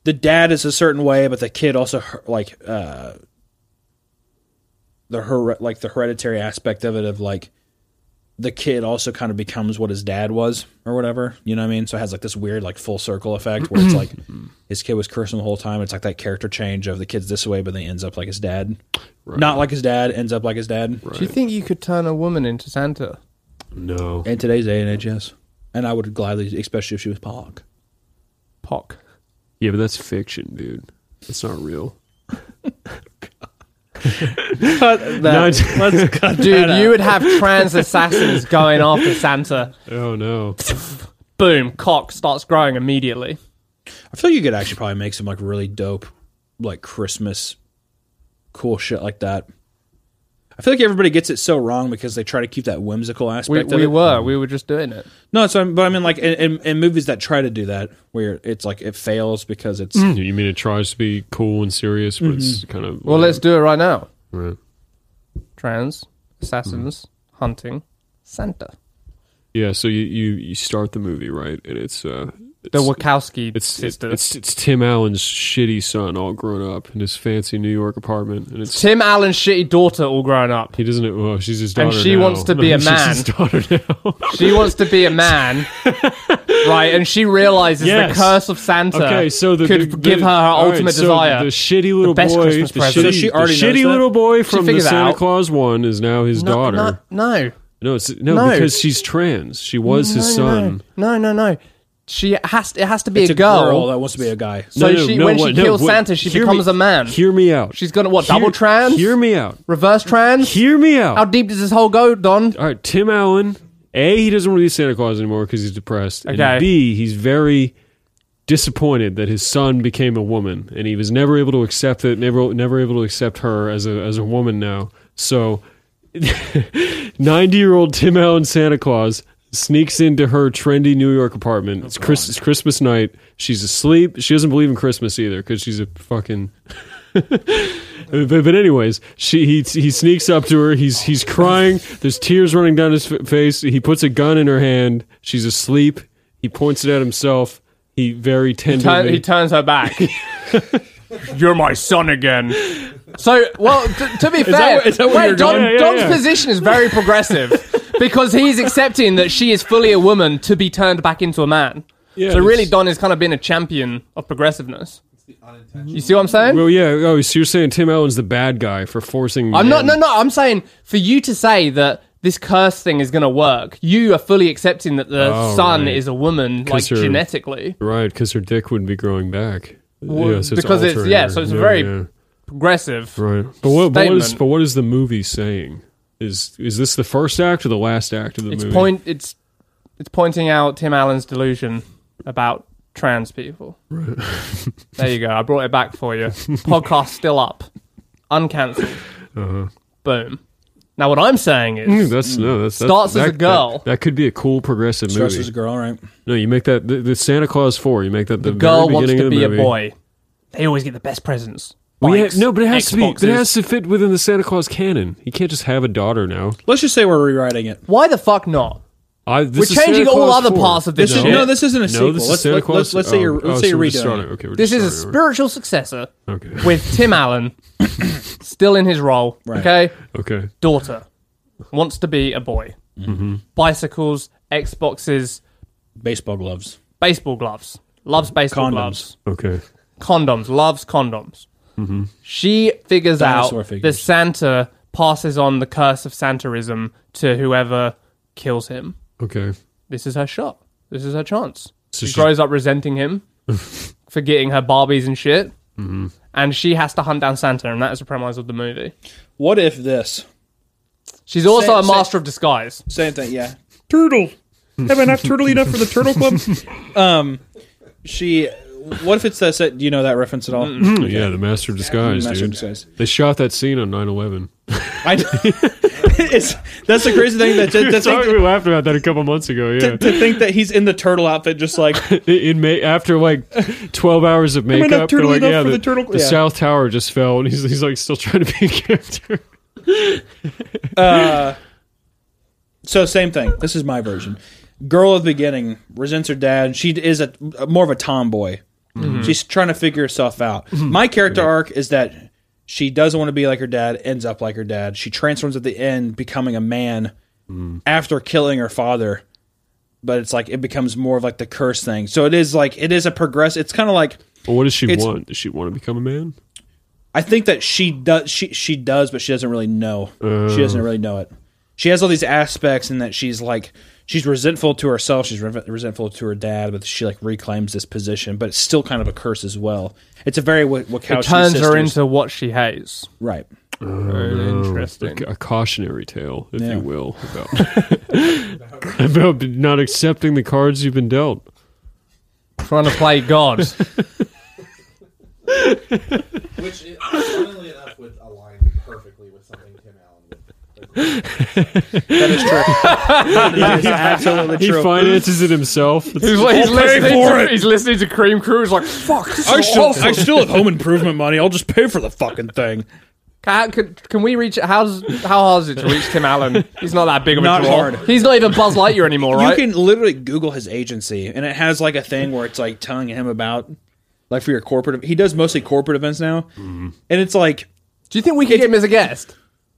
S3: the dad is a certain way, but the kid also her- like uh the her like the hereditary aspect of it of like the kid also kind of becomes what his dad was or whatever you know what i mean so it has like this weird like full circle effect where it's like his kid was cursing the whole time it's like that character change of the kid's this way but then he ends up like his dad not like his dad ends up like his dad
S2: Do you think you could turn a woman into Santa?
S4: No.
S3: in today's day and age yes and i would gladly especially if she was Pollock.
S2: Pock.
S4: Yeah, but that's fiction, dude. It's not real.
S3: Cut
S2: Uh,
S4: Nice.
S3: let's cut
S2: Dude, you would have trans assassins going after Santa.
S4: Oh no.
S2: Boom, cock starts growing immediately.
S3: i feel you could actually probably make some like really dope like christmas cool shit like that I feel like everybody gets it so wrong because they try to keep that whimsical
S2: We,
S3: aspect of
S2: we
S3: it.
S2: were, we were just doing it.
S3: No, so I'm, but I mean, like in, in, in movies that try to do that, where it's like it fails because it's
S2: Mm.
S4: You mean it tries to be cool and serious, but it's kind of
S2: Mm-hmm. Well, let's do it right now.
S4: Right.
S2: Trans assassins
S4: Mm-hmm.
S2: hunting Santa.
S4: Yeah, so you, you you start the movie right, and it's uh
S2: the Wachowski
S4: It's it's,
S2: sisters.
S4: it's it's Tim Allen's shitty son, all grown up in his fancy New York apartment, and it's
S2: Tim Allen's shitty daughter, all grown up.
S4: he doesn't. Well, she's his daughter,
S2: And she
S4: now.
S2: wants to be a
S4: She's
S2: man.
S4: his daughter now.
S2: She wants to be a man, right? And she realizes
S4: Yes.
S2: the curse of Santa
S4: okay, so the,
S2: could
S4: the-
S2: give her her
S4: all right,
S2: ultimate
S4: so
S2: desire.
S4: The shitty little
S2: best
S4: boy,
S2: Christmas
S4: the
S2: present.
S4: shitty,
S2: So she
S4: the
S3: already knows
S4: shitty
S3: that?
S4: little boy from the
S2: figured that
S4: Santa
S2: out.
S4: Claus one is now his
S2: No,
S4: daughter.
S2: No, no,
S4: No, it's no,
S2: No.
S4: because she's trans. She was his
S2: no,
S4: son.
S2: no, no, no. She has. It has to be
S3: It's
S2: a girl.
S3: that wants to be a guy.
S2: So she, when she
S4: what-
S2: kills
S4: what-
S2: Santa, she
S4: hear
S2: becomes
S4: me-
S2: a man.
S4: Hear me out.
S2: She's gonna what?
S4: Hear-
S2: double trans?
S4: Hear me out.
S2: reverse trans?
S4: Hear me out.
S2: How deep does this whole go, Don?
S4: All right, Tim Allen. A, he doesn't want to be Santa Claus anymore because he's depressed.
S2: Okay.
S4: And B, he's very disappointed that his son became a woman, and he was never able to accept it. Never, never able to accept her as a as a woman now. So, ninety year old Tim Allen Santa Claus sneaks into her trendy New York apartment.
S2: Oh,
S4: it's, Chris, it's Christmas night. She's asleep. She doesn't believe in Christmas either because she's a fucking. But, but anyways, she he, he sneaks up to her. He's he's crying. There's tears running down his f- face. He puts a gun in her hand. She's asleep. He points it at himself. He very
S2: Turn,
S4: tenderly.
S2: he turns her back. You're my son again. So, well, t- to be fair,
S4: what- is that where you're
S2: wait, Don,
S4: going? Yeah, yeah,
S2: Don's
S4: yeah.
S2: position is very progressive because he's accepting that she is fully a woman to be turned back into a man.
S4: Yeah,
S2: so really,
S4: it's-
S2: Don has kind of been a champion of progressiveness. You see what I'm saying?
S4: well, yeah. Oh, so you're saying Tim Allen's the bad guy for forcing?
S2: I'm not.
S4: men-
S2: No, no. I'm saying for you to say that this curse thing is going to work, you are fully accepting that the
S4: Oh,
S2: son
S4: right.
S2: is a woman, like
S4: Kiss her.
S2: genetically
S4: Right, because her dick would be growing back.
S2: Well,
S4: Yes, it's
S2: because it's-
S4: altering
S2: yeah,
S4: her.
S2: so it's very-
S4: yeah.
S2: progressive.
S4: right. But what, but what is
S2: statement.
S4: but what is the movie saying? Is is this the first act or the last act of the
S2: It's
S4: movie?
S2: point. It's it's pointing out Tim Allen's delusion about trans people. there you go. I brought it back for you. Podcast still up, uncancelled. Boom. Now what I'm saying
S4: Uh-huh. Mm,
S2: is,
S4: That's no. That's, that's
S2: Starts as a
S4: that- that-
S2: girl.
S4: That, could be a cool progressive
S3: Starts
S4: movie.
S3: as a girl, right?
S4: No, you make that the, the Santa Claus four. You make that the,
S2: the girl
S4: very
S2: wants
S4: beginning
S2: to
S4: of the
S2: be a
S4: movie.
S2: boy. They always get the best presents.
S4: We ha-
S2: Bikes,
S4: no, but it has to
S2: Xboxes.
S4: be. It has to fit within the Santa Claus canon. He can't just have a daughter now.
S3: Let's just say we're rewriting it.
S2: Why the fuck not?
S4: I,
S2: We're
S4: this is
S2: changing
S4: Santa
S2: all
S4: Claus
S2: other
S4: 4.
S2: parts of this
S3: This is,
S2: shit.
S3: no, this isn't a
S4: No,
S3: sequel.
S4: this is
S3: let's,
S4: Santa
S3: let,
S4: Claus.
S3: let's, let's say you're
S4: oh,
S3: let's say
S4: oh, so
S3: you're
S4: we're just
S3: redoing
S4: starting-
S3: it.
S4: Okay, we're
S2: This
S4: just
S2: is a
S4: starting
S2: spiritual successor
S4: over. okay.
S2: with Tim Allen still in his role. Okay,
S4: Okay.
S2: daughter wants to be a boy.
S3: Mm-hmm.
S2: Bicycles, Xboxes,
S3: Baseball gloves.
S2: baseball gloves. Loves baseball
S3: Condoms.
S2: gloves.
S4: Okay.
S2: Condoms. Loves condoms. She figures
S3: Mm-hmm. Dinosaur
S2: out that
S3: figures.
S2: Santa passes on the curse of Santaism to whoever kills him.
S4: Okay.
S2: This is her shot. This is her chance.
S4: So
S2: she
S4: she-
S2: grows up resenting him for getting her Barbies and shit.
S3: Mm-hmm.
S2: And she has to hunt down Santa, and that is the premise of the movie.
S3: What if this?
S2: She's also
S3: Sa-
S2: a
S3: sa-
S2: master of disguise.
S3: Same thing, yeah.
S9: Turtle. Have I not turtled enough for the turtle club?
S3: Um, She. What if it's that set? Do you know that reference at all?
S4: Yeah, the Master of Disguise,
S3: Master
S4: dude.
S3: of Disguise.
S4: They shot that scene on 9-11.
S3: I, it's, that's the crazy thing that to, to think,
S4: Sorry, we laughed about that a couple months ago. Yeah.
S3: to, to think that he's in the turtle outfit, just like
S4: in May, after like twelve hours of
S3: I not
S4: makeup, they're
S3: turtling
S4: like,
S3: up
S4: yeah,
S3: for
S4: the,
S3: the turtle-
S4: the
S3: yeah.
S4: South Tower just fell, and he's, he's like still trying to be a character.
S3: so. Same thing. This is my version. Girl at the beginning resents her dad. She is a more of a tomboy. She's trying to figure herself out. My character arc is that she doesn't want to be like her dad. Ends up like her dad. She transforms at the end, becoming a man after killing her father. But it's like it becomes more of like the curse thing. So it is like it is a progress. It's kind of like
S4: Well, what does she
S3: It's-
S4: want? Does she want to become a man?
S3: I think that she does. She she does, but she doesn't really know. she doesn't really know it. She has all these aspects in that she's like she's resentful to herself. She's re- resentful to her dad, but she like reclaims this position. But it's still kind of a curse as well. It's a very what what
S2: It turns her into what she hates.
S3: right.
S2: Very interesting.
S4: Like a cautionary tale, if you will, about about not accepting the cards you've been dealt.
S2: Trying to play God.
S5: Which, it, funnily enough, would align perfectly with something Tim Allen would.
S3: That is true. that is absolutely
S4: He
S3: true.
S4: finances it himself. It's-
S2: he's, he's listening to, he's listening to Cream Crew. He's like, fuck.
S3: I still I still have home improvement money. I'll just pay for the fucking thing.
S2: Can, can, can we reach? How's how hard is it to reach Tim Allen? He's not that big of a
S3: Not
S2: draw.
S3: hard.
S2: He's not even Buzz Lightyear anymore, right?
S3: You can literally Google his agency, and it has like a thing where it's like telling him about like for your corporate. He does mostly corporate events now,
S2: Mm-hmm.
S3: and it's like
S2: Do you think we can get him as a guest?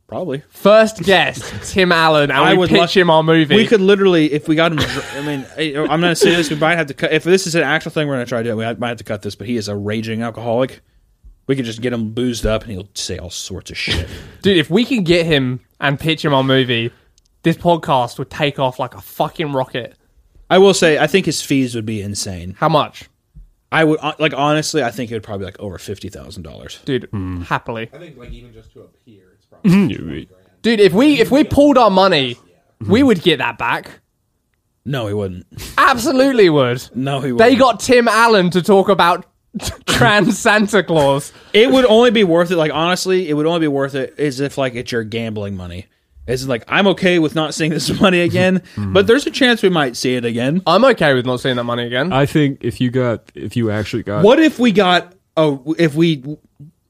S3: probably
S2: First guest, Tim Allen, and
S3: I
S2: we
S3: would
S2: pitch
S3: love-
S2: him our movie.
S3: we could literally if we got him. I mean, I- I'm not saying this. We might have to cut if this is an actual thing. We're gonna try to do. it, We might have to cut this, but he is a raging alcoholic. We could just get him boozed up, and he'll say all sorts of shit.
S2: Dude, if we can get him and pitch him our movie, this podcast would take off like a fucking rocket.
S3: I will say, I think his fees would be insane.
S2: How much?
S3: I would uh, like honestly, I think it would probably be like over fifty thousand dollars.
S2: Dude,
S3: Hmm.
S2: happily.
S5: I think like even just to appear, it's
S3: Mm-hmm.
S5: probably
S2: Dude, if we if we pulled our money, we would get that back.
S3: No, he wouldn't.
S2: Absolutely would.
S3: No, he wouldn't.
S2: They got Tim Allen to talk about trans Santa Claus.
S3: It would only be worth it. Like honestly, it would only be worth it is if like it's your gambling money. It's like I'm okay with not seeing this money again,
S2: Hmm.
S3: but there's a chance we might see it again.
S2: I'm okay with not seeing that money
S3: Uh,
S2: again.
S4: I think if you got, if you actually got,
S3: What if we got oh if we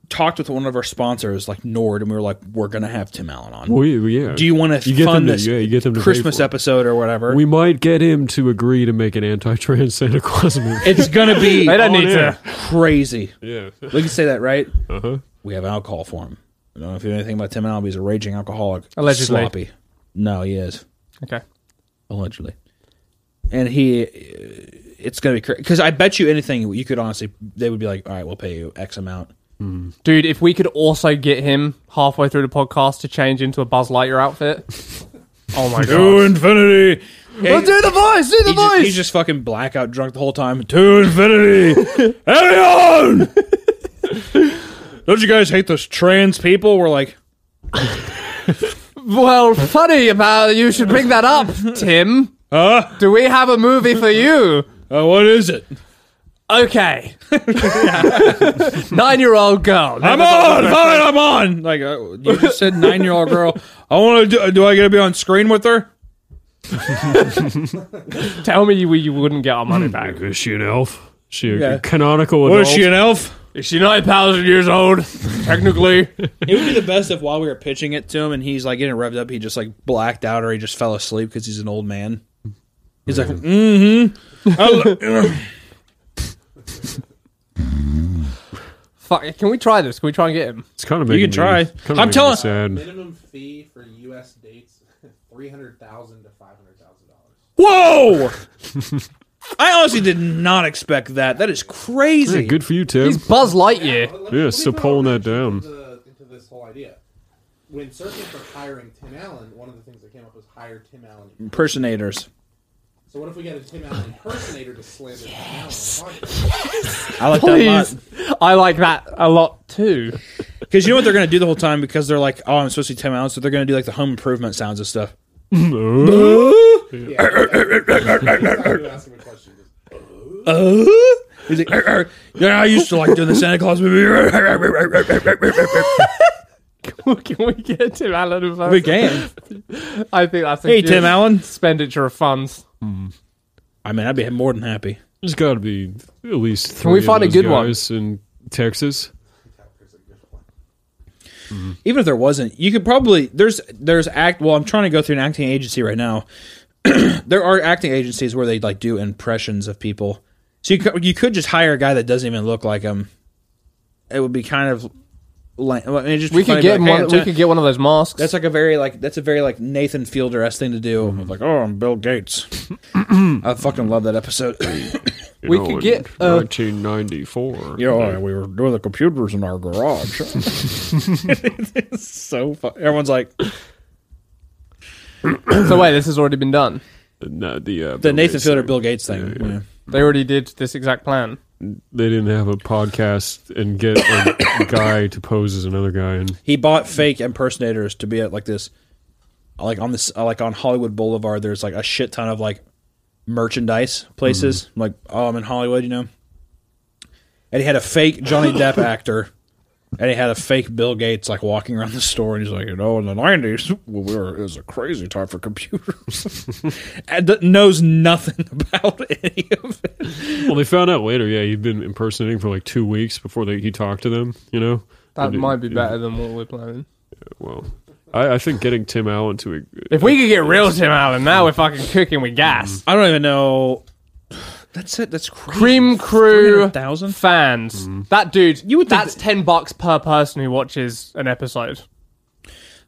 S3: talked with one of our sponsors like Nord and we were like we're gonna have Tim Allen on.
S4: Well, yeah, yeah.
S3: Do you want
S4: You
S3: to
S4: get
S3: fund
S4: them to-
S3: this
S4: yeah, you get them to pay
S3: Christmas
S4: for it.
S3: episode or whatever?
S4: We might get him to agree to make an anti-trans Santa Claus movie.
S3: it's gonna be
S2: they don't need
S4: yeah.
S2: to.
S3: crazy.
S4: yeah,
S3: We can say that right.
S4: uh-huh.
S3: We have alcohol for him. I don't know if you know anything about Tim Allen. but He's a raging alcoholic.
S2: Allegedly.
S3: sloppy. No, he is.
S2: Okay.
S3: allegedly. And he, uh, it's gonna be crazy because I bet you anything you could honestly, they would be like, all right, we'll pay you X amount.
S2: Dude, if we could also get him halfway through the podcast to change into a Buzz Lightyear outfit. Oh my god.
S3: infinity.
S2: Well, do the voice, do the
S3: He just,
S2: voice.
S3: he's just fucking blackout drunk the whole time. To infinity, Elion. Don't you guys hate those trans people? We're like,
S2: well, funny about you should bring that up, Tim.
S3: huh?
S2: Do we have a movie for you?
S3: Uh, what is it?
S2: Okay. Nine-year-old girl.
S3: I'm on. Fine, I'm on. Like uh, you just said, nine year old girl. I want to. Do, do I get to be on screen with her?
S2: Tell me you, you wouldn't get our money
S3: Hmm.
S2: back.
S4: Is she an elf? She a
S3: Yeah.
S4: canonical
S3: What
S4: adult?
S3: is she an elf?
S2: Is she nine thousand years old? Technically.
S3: It would be the best if while we were pitching it to him and he's like getting revved up, he just like blacked out or he just fell asleep because he's an old man. He's like, mm hmm.
S2: Fuck. Can we try this? Can we try and get him?
S4: It's kind of
S3: You can try.
S4: Kind
S3: I'm
S4: of
S3: telling-
S4: Sad.
S5: minimum fee for U.S. dates three hundred thousand to five hundred thousand dollars.
S3: Whoa! I honestly did not expect that. That is crazy.
S4: Yeah, good for you, Tim.
S2: He's Buzz Lightyear.
S5: Let- let-
S4: Yeah,
S5: let me
S4: so
S5: put our
S4: pulling that
S5: attention
S4: down.
S5: Into, the- into this whole idea. When searching for hiring Tim Allen, one of the things that came up was hire Tim Allen.
S3: Impersonators.
S5: So what if we get a Tim Allen impersonator to slander Tim Allen? on the podcast?
S3: I like
S2: Please. I like that a lot too.
S3: Because you know what they're going to do the whole time? Because they're like, oh, I'm supposed to be 10 minutes, so they're going to do like the home improvement sounds and stuff.
S5: You ask him a question. just,
S3: Uh,
S2: Uh-huh.
S3: he's like, "Er, er, yeah, I used to like doing the Santa Claus movie.
S2: Can we get Tim Allen involved?
S3: Big game.
S2: I think that's a
S3: Hey,
S2: good
S3: Tim Allen.
S2: expenditure of funds.
S3: I mean, I'd be more than happy.
S4: There's got to be at least. Three
S2: we
S4: of
S2: find a
S4: those
S2: good one?
S4: guys in Texas?
S3: even if there wasn't, you could probably there's there's act. Well, I'm trying to go through an acting agency right now. there are acting agencies where they like do impressions of people, so you could, you could just hire a guy that doesn't even look like him. It would be kind of like well, it'd just be
S2: We could
S3: funny,
S2: get
S3: like,
S2: him
S3: hey,
S2: one,
S3: I'm
S2: we
S3: Tim-
S2: could get one of those masks.
S3: That's like a very like that's a very like Nathan Fielder esque thing to do. Of Like, oh, I'm Bill Gates. I fucking love that episode.
S4: You
S2: We
S4: know,
S2: could
S4: in
S2: get, uh,
S4: 1994.
S3: you know, oh, we were doing the computers in our garage. it's so fun. Everyone's like
S2: so wait, this has already been done.
S4: No, the uh,
S3: the Nathan Fielder Bill Gates thing. Yeah.
S2: They already did this exact plan.
S4: They didn't have a podcast and get a guy to pose as another guy and
S3: he bought fake impersonators to be at like this like on this like on hollywood boulevard there's like a shit ton of like merchandise places like oh i'm in hollywood you know and he had a fake johnny depp actor and he had a fake bill gates like walking around the store and he's like you know in the 90s we were, it was a crazy time for computers and th- knows nothing about any of it
S4: Well, they found out later. Yeah, he'd been impersonating for like two weeks before they, he talked to them. You know,
S2: That
S4: it-
S2: might be
S4: it-
S2: better than what we're planning.
S4: Well, I, I think getting Tim Allen to a,
S2: If we could get real Tim Allen, now we're fucking cooking with gas.
S3: I don't even know. That's it. That's crazy.
S2: Cream Crew
S3: 300,000?
S2: fans. That dude, you
S3: would
S2: would
S3: think
S2: that's 10 bucks per person who watches an episode.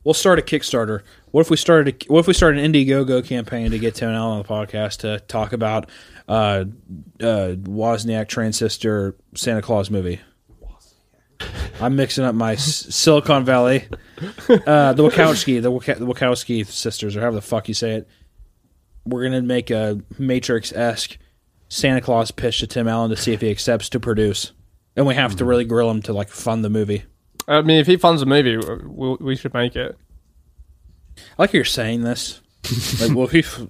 S3: We'll start a Kickstarter. What if we started? A, what if we started an Indiegogo campaign to get Tim Allen on the podcast to talk about uh, uh, Wozniak Transistor Santa Claus movie? I'm mixing up my S- Silicon Valley, uh, the Wachowski, the, Wach- the Wachowski sisters, or however the fuck you say it. We're gonna make a Matrix esque Santa Claus pitch to Tim Allen to see if he accepts to produce, and we have to really grill him to like fund the movie.
S2: I mean, if he funds a movie, we'll, we should make it.
S3: I like how you're saying this. like, well, if he, f-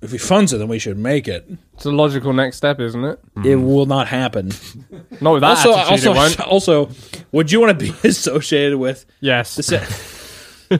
S3: if he funds it, then we should make it.
S2: It's a logical next step, isn't it?
S3: It will not happen.
S2: Not with that
S3: also,
S2: attitude,
S3: also,
S2: it won't.
S3: also, would you want to be associated with
S2: Yes.
S3: the? Sa-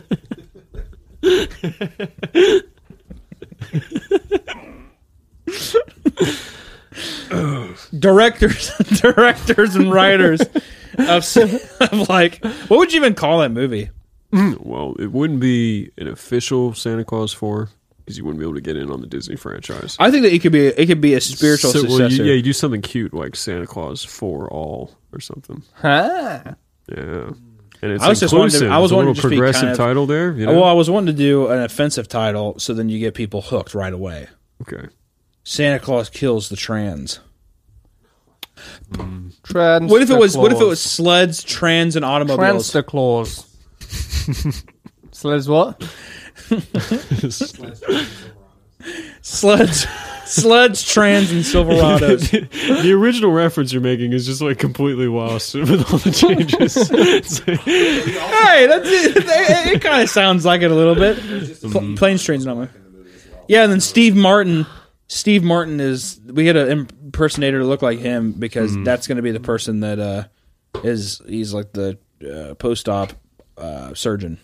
S3: directors, directors, and writers of, s- of like, what would you even call that movie?
S4: well, it wouldn't be an official Santa Claus four because you wouldn't be able to get in on the Disney franchise.
S3: I think that it could be it could be a spiritual
S4: So, well, you-
S3: successor.
S4: yeah, you do something cute like Santa Claus for all or something.
S2: Ah.
S4: Yeah, and it's
S3: I was just wanting to-
S4: inclusive.
S3: I was
S4: It's a
S3: wanting
S4: little
S3: to just be
S4: progressive
S3: kind of-
S4: title there. You know?
S3: Well, I was wanting to do an offensive title, so then you get people hooked right away.
S4: okay.
S3: Santa Claus kills the trans.
S2: Trans-
S3: What if it was? What if it was sleds, trans, and automobiles?
S2: Transter claws? Sleds what?
S3: sleds, sleds, trans, and Silverados.
S4: the original reference you're making is just like completely lost with all the changes. It's like-
S3: hey, that's it. It, it kind of sounds like it a little bit. Pl- planes, trains, and automobiles. Yeah, and then Steve Martin. Steve Martin is. We had an impersonator to look like him because that's going to be the person that uh, is. He's like the uh, post-op uh, surgeon.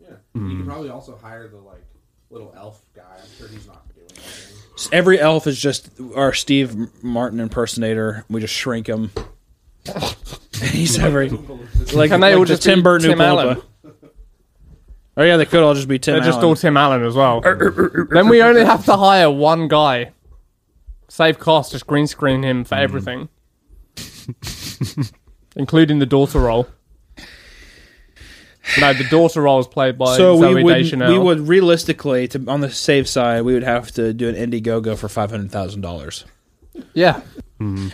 S5: Yeah. You
S4: Hmm.
S5: could probably also hire the like little elf guy. I'm sure he's not doing anything.
S3: Every elf is just our Steve Martin impersonator. We just shrink him. He's every like,
S2: Can they
S3: like
S2: all
S3: the
S2: just
S3: Tim
S2: be
S3: Burton
S2: Tim
S3: Oompa
S2: Allen?
S3: Loompa. Oh yeah, they could all just be Tim.
S2: They're just
S3: Allen.
S2: all Tim Allen as well. then we only have to hire one guy. Save cost, just green screen him
S3: Mm.
S2: for everything, including the daughter role. No, the daughter role is played by
S3: so
S2: Zoe
S3: we would
S2: Deschanel.
S3: we would realistically to, on the safe side we would have to do an Indiegogo for five hundred thousand dollars.
S2: yeah.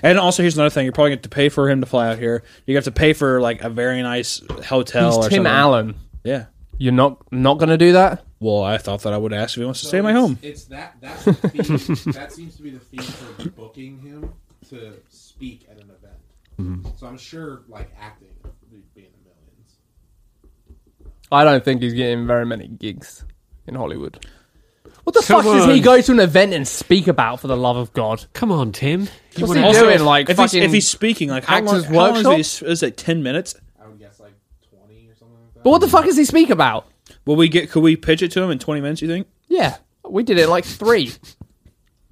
S3: And also here's another thing: you're probably going to have to pay for him to fly out here. You have to pay for like a very nice hotel
S2: He's
S3: or
S2: Tim
S3: something.
S2: Allen.
S3: Yeah.
S2: You're not not gonna do that.
S3: Well, I thought that I would ask if he wants to stay at my
S5: it's-
S3: home.
S5: It's that. That's the theme. that seems to be the theme for booking him to speak at an event.
S4: Mm-hmm.
S5: So I'm sure, like acting, would be in the millions.
S2: I don't think he's getting very many gigs in Hollywood. What the
S4: Come
S2: fuck does he
S4: on.
S2: go to an event and speak about? For the love of God,
S4: Come on, Tim. You
S2: what's
S4: wanna-
S2: he
S3: Also,
S2: doing? Like
S3: if he's,
S2: fucking.
S3: if he's speaking, like how long,
S2: Actors
S3: how long is,
S2: Workshop?
S3: he- is it ten minutes?
S5: I would guess like twenty or something like that.
S2: but what the fuck does he speak about?
S3: Will we get? Could we pitch it to him in twenty minutes? You think?
S2: Yeah, we did it in like three.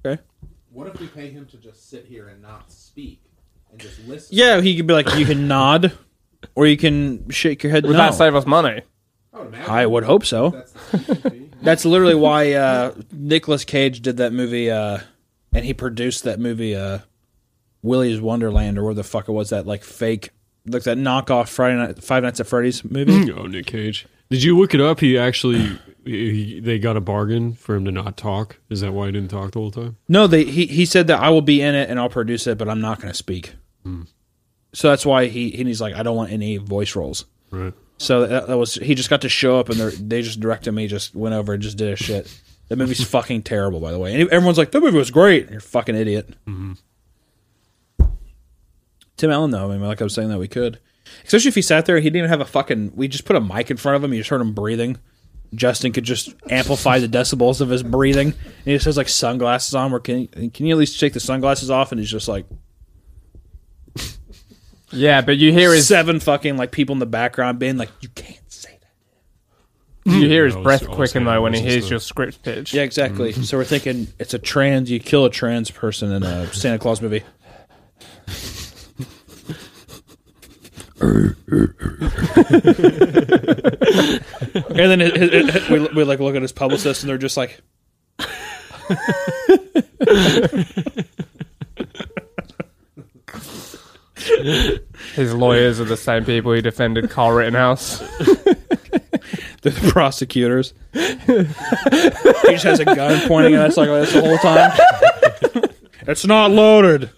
S3: Okay.
S5: What if we pay him to just sit here and not speak and just listen?
S3: Yeah, he could be like, you can nod, or you can shake your head.
S2: Would
S3: no.
S2: that save us money?
S5: I would imagine
S3: I would hope so.
S5: that's the speaking fee.
S3: That's literally why uh, Nicolas Cage did that movie, uh, and he produced that movie, uh, Willy's Wonderland, or where the fuck it was that like fake, like that knockoff Friday Night Five Nights at Freddy's movie.
S4: Oh, Nick Cage. Did you look it up? He actually, he, they got a bargain for him to not talk. Is that why he didn't talk the whole time?
S3: no, they he he said that I will be in it and I'll produce it, but I'm not going to speak. So that's why he he's like, I don't want any voice roles.
S4: Right.
S3: So that, that was he just got to show up and they're- they just directed me, just went over and just did his shit. That movie's fucking terrible, by the way. And everyone's like, "That movie was great." You're a fucking idiot. Tim Allen, though, I mean, like I was saying, that we could, especially if he sat there. He didn't even have a fucking. We just put a mic in front of him. You just heard him breathing. Justin could just amplify the decibels of his breathing. And he just has like sunglasses on. Where can can you at least take the sunglasses off? And he's just like
S2: Yeah, but you hear his
S3: seven fucking like people in the background being like, "You can't say that."
S2: you hear his
S4: Yeah, I was-
S2: breath
S4: I was
S2: quicken
S4: hearing
S2: though when he
S4: voices,
S2: hears
S4: though.
S2: your script pitch.
S3: Yeah, exactly. so we're thinking it's a trans. You kill a trans person in a Santa Claus movie. And then it, it- it- we, we like look at his publicist, and they're just like,
S2: His lawyers are the same people who defended Carl Rittenhouse.
S3: the prosecutors. he just has a gun pointing at us like this the whole time. it's not loaded.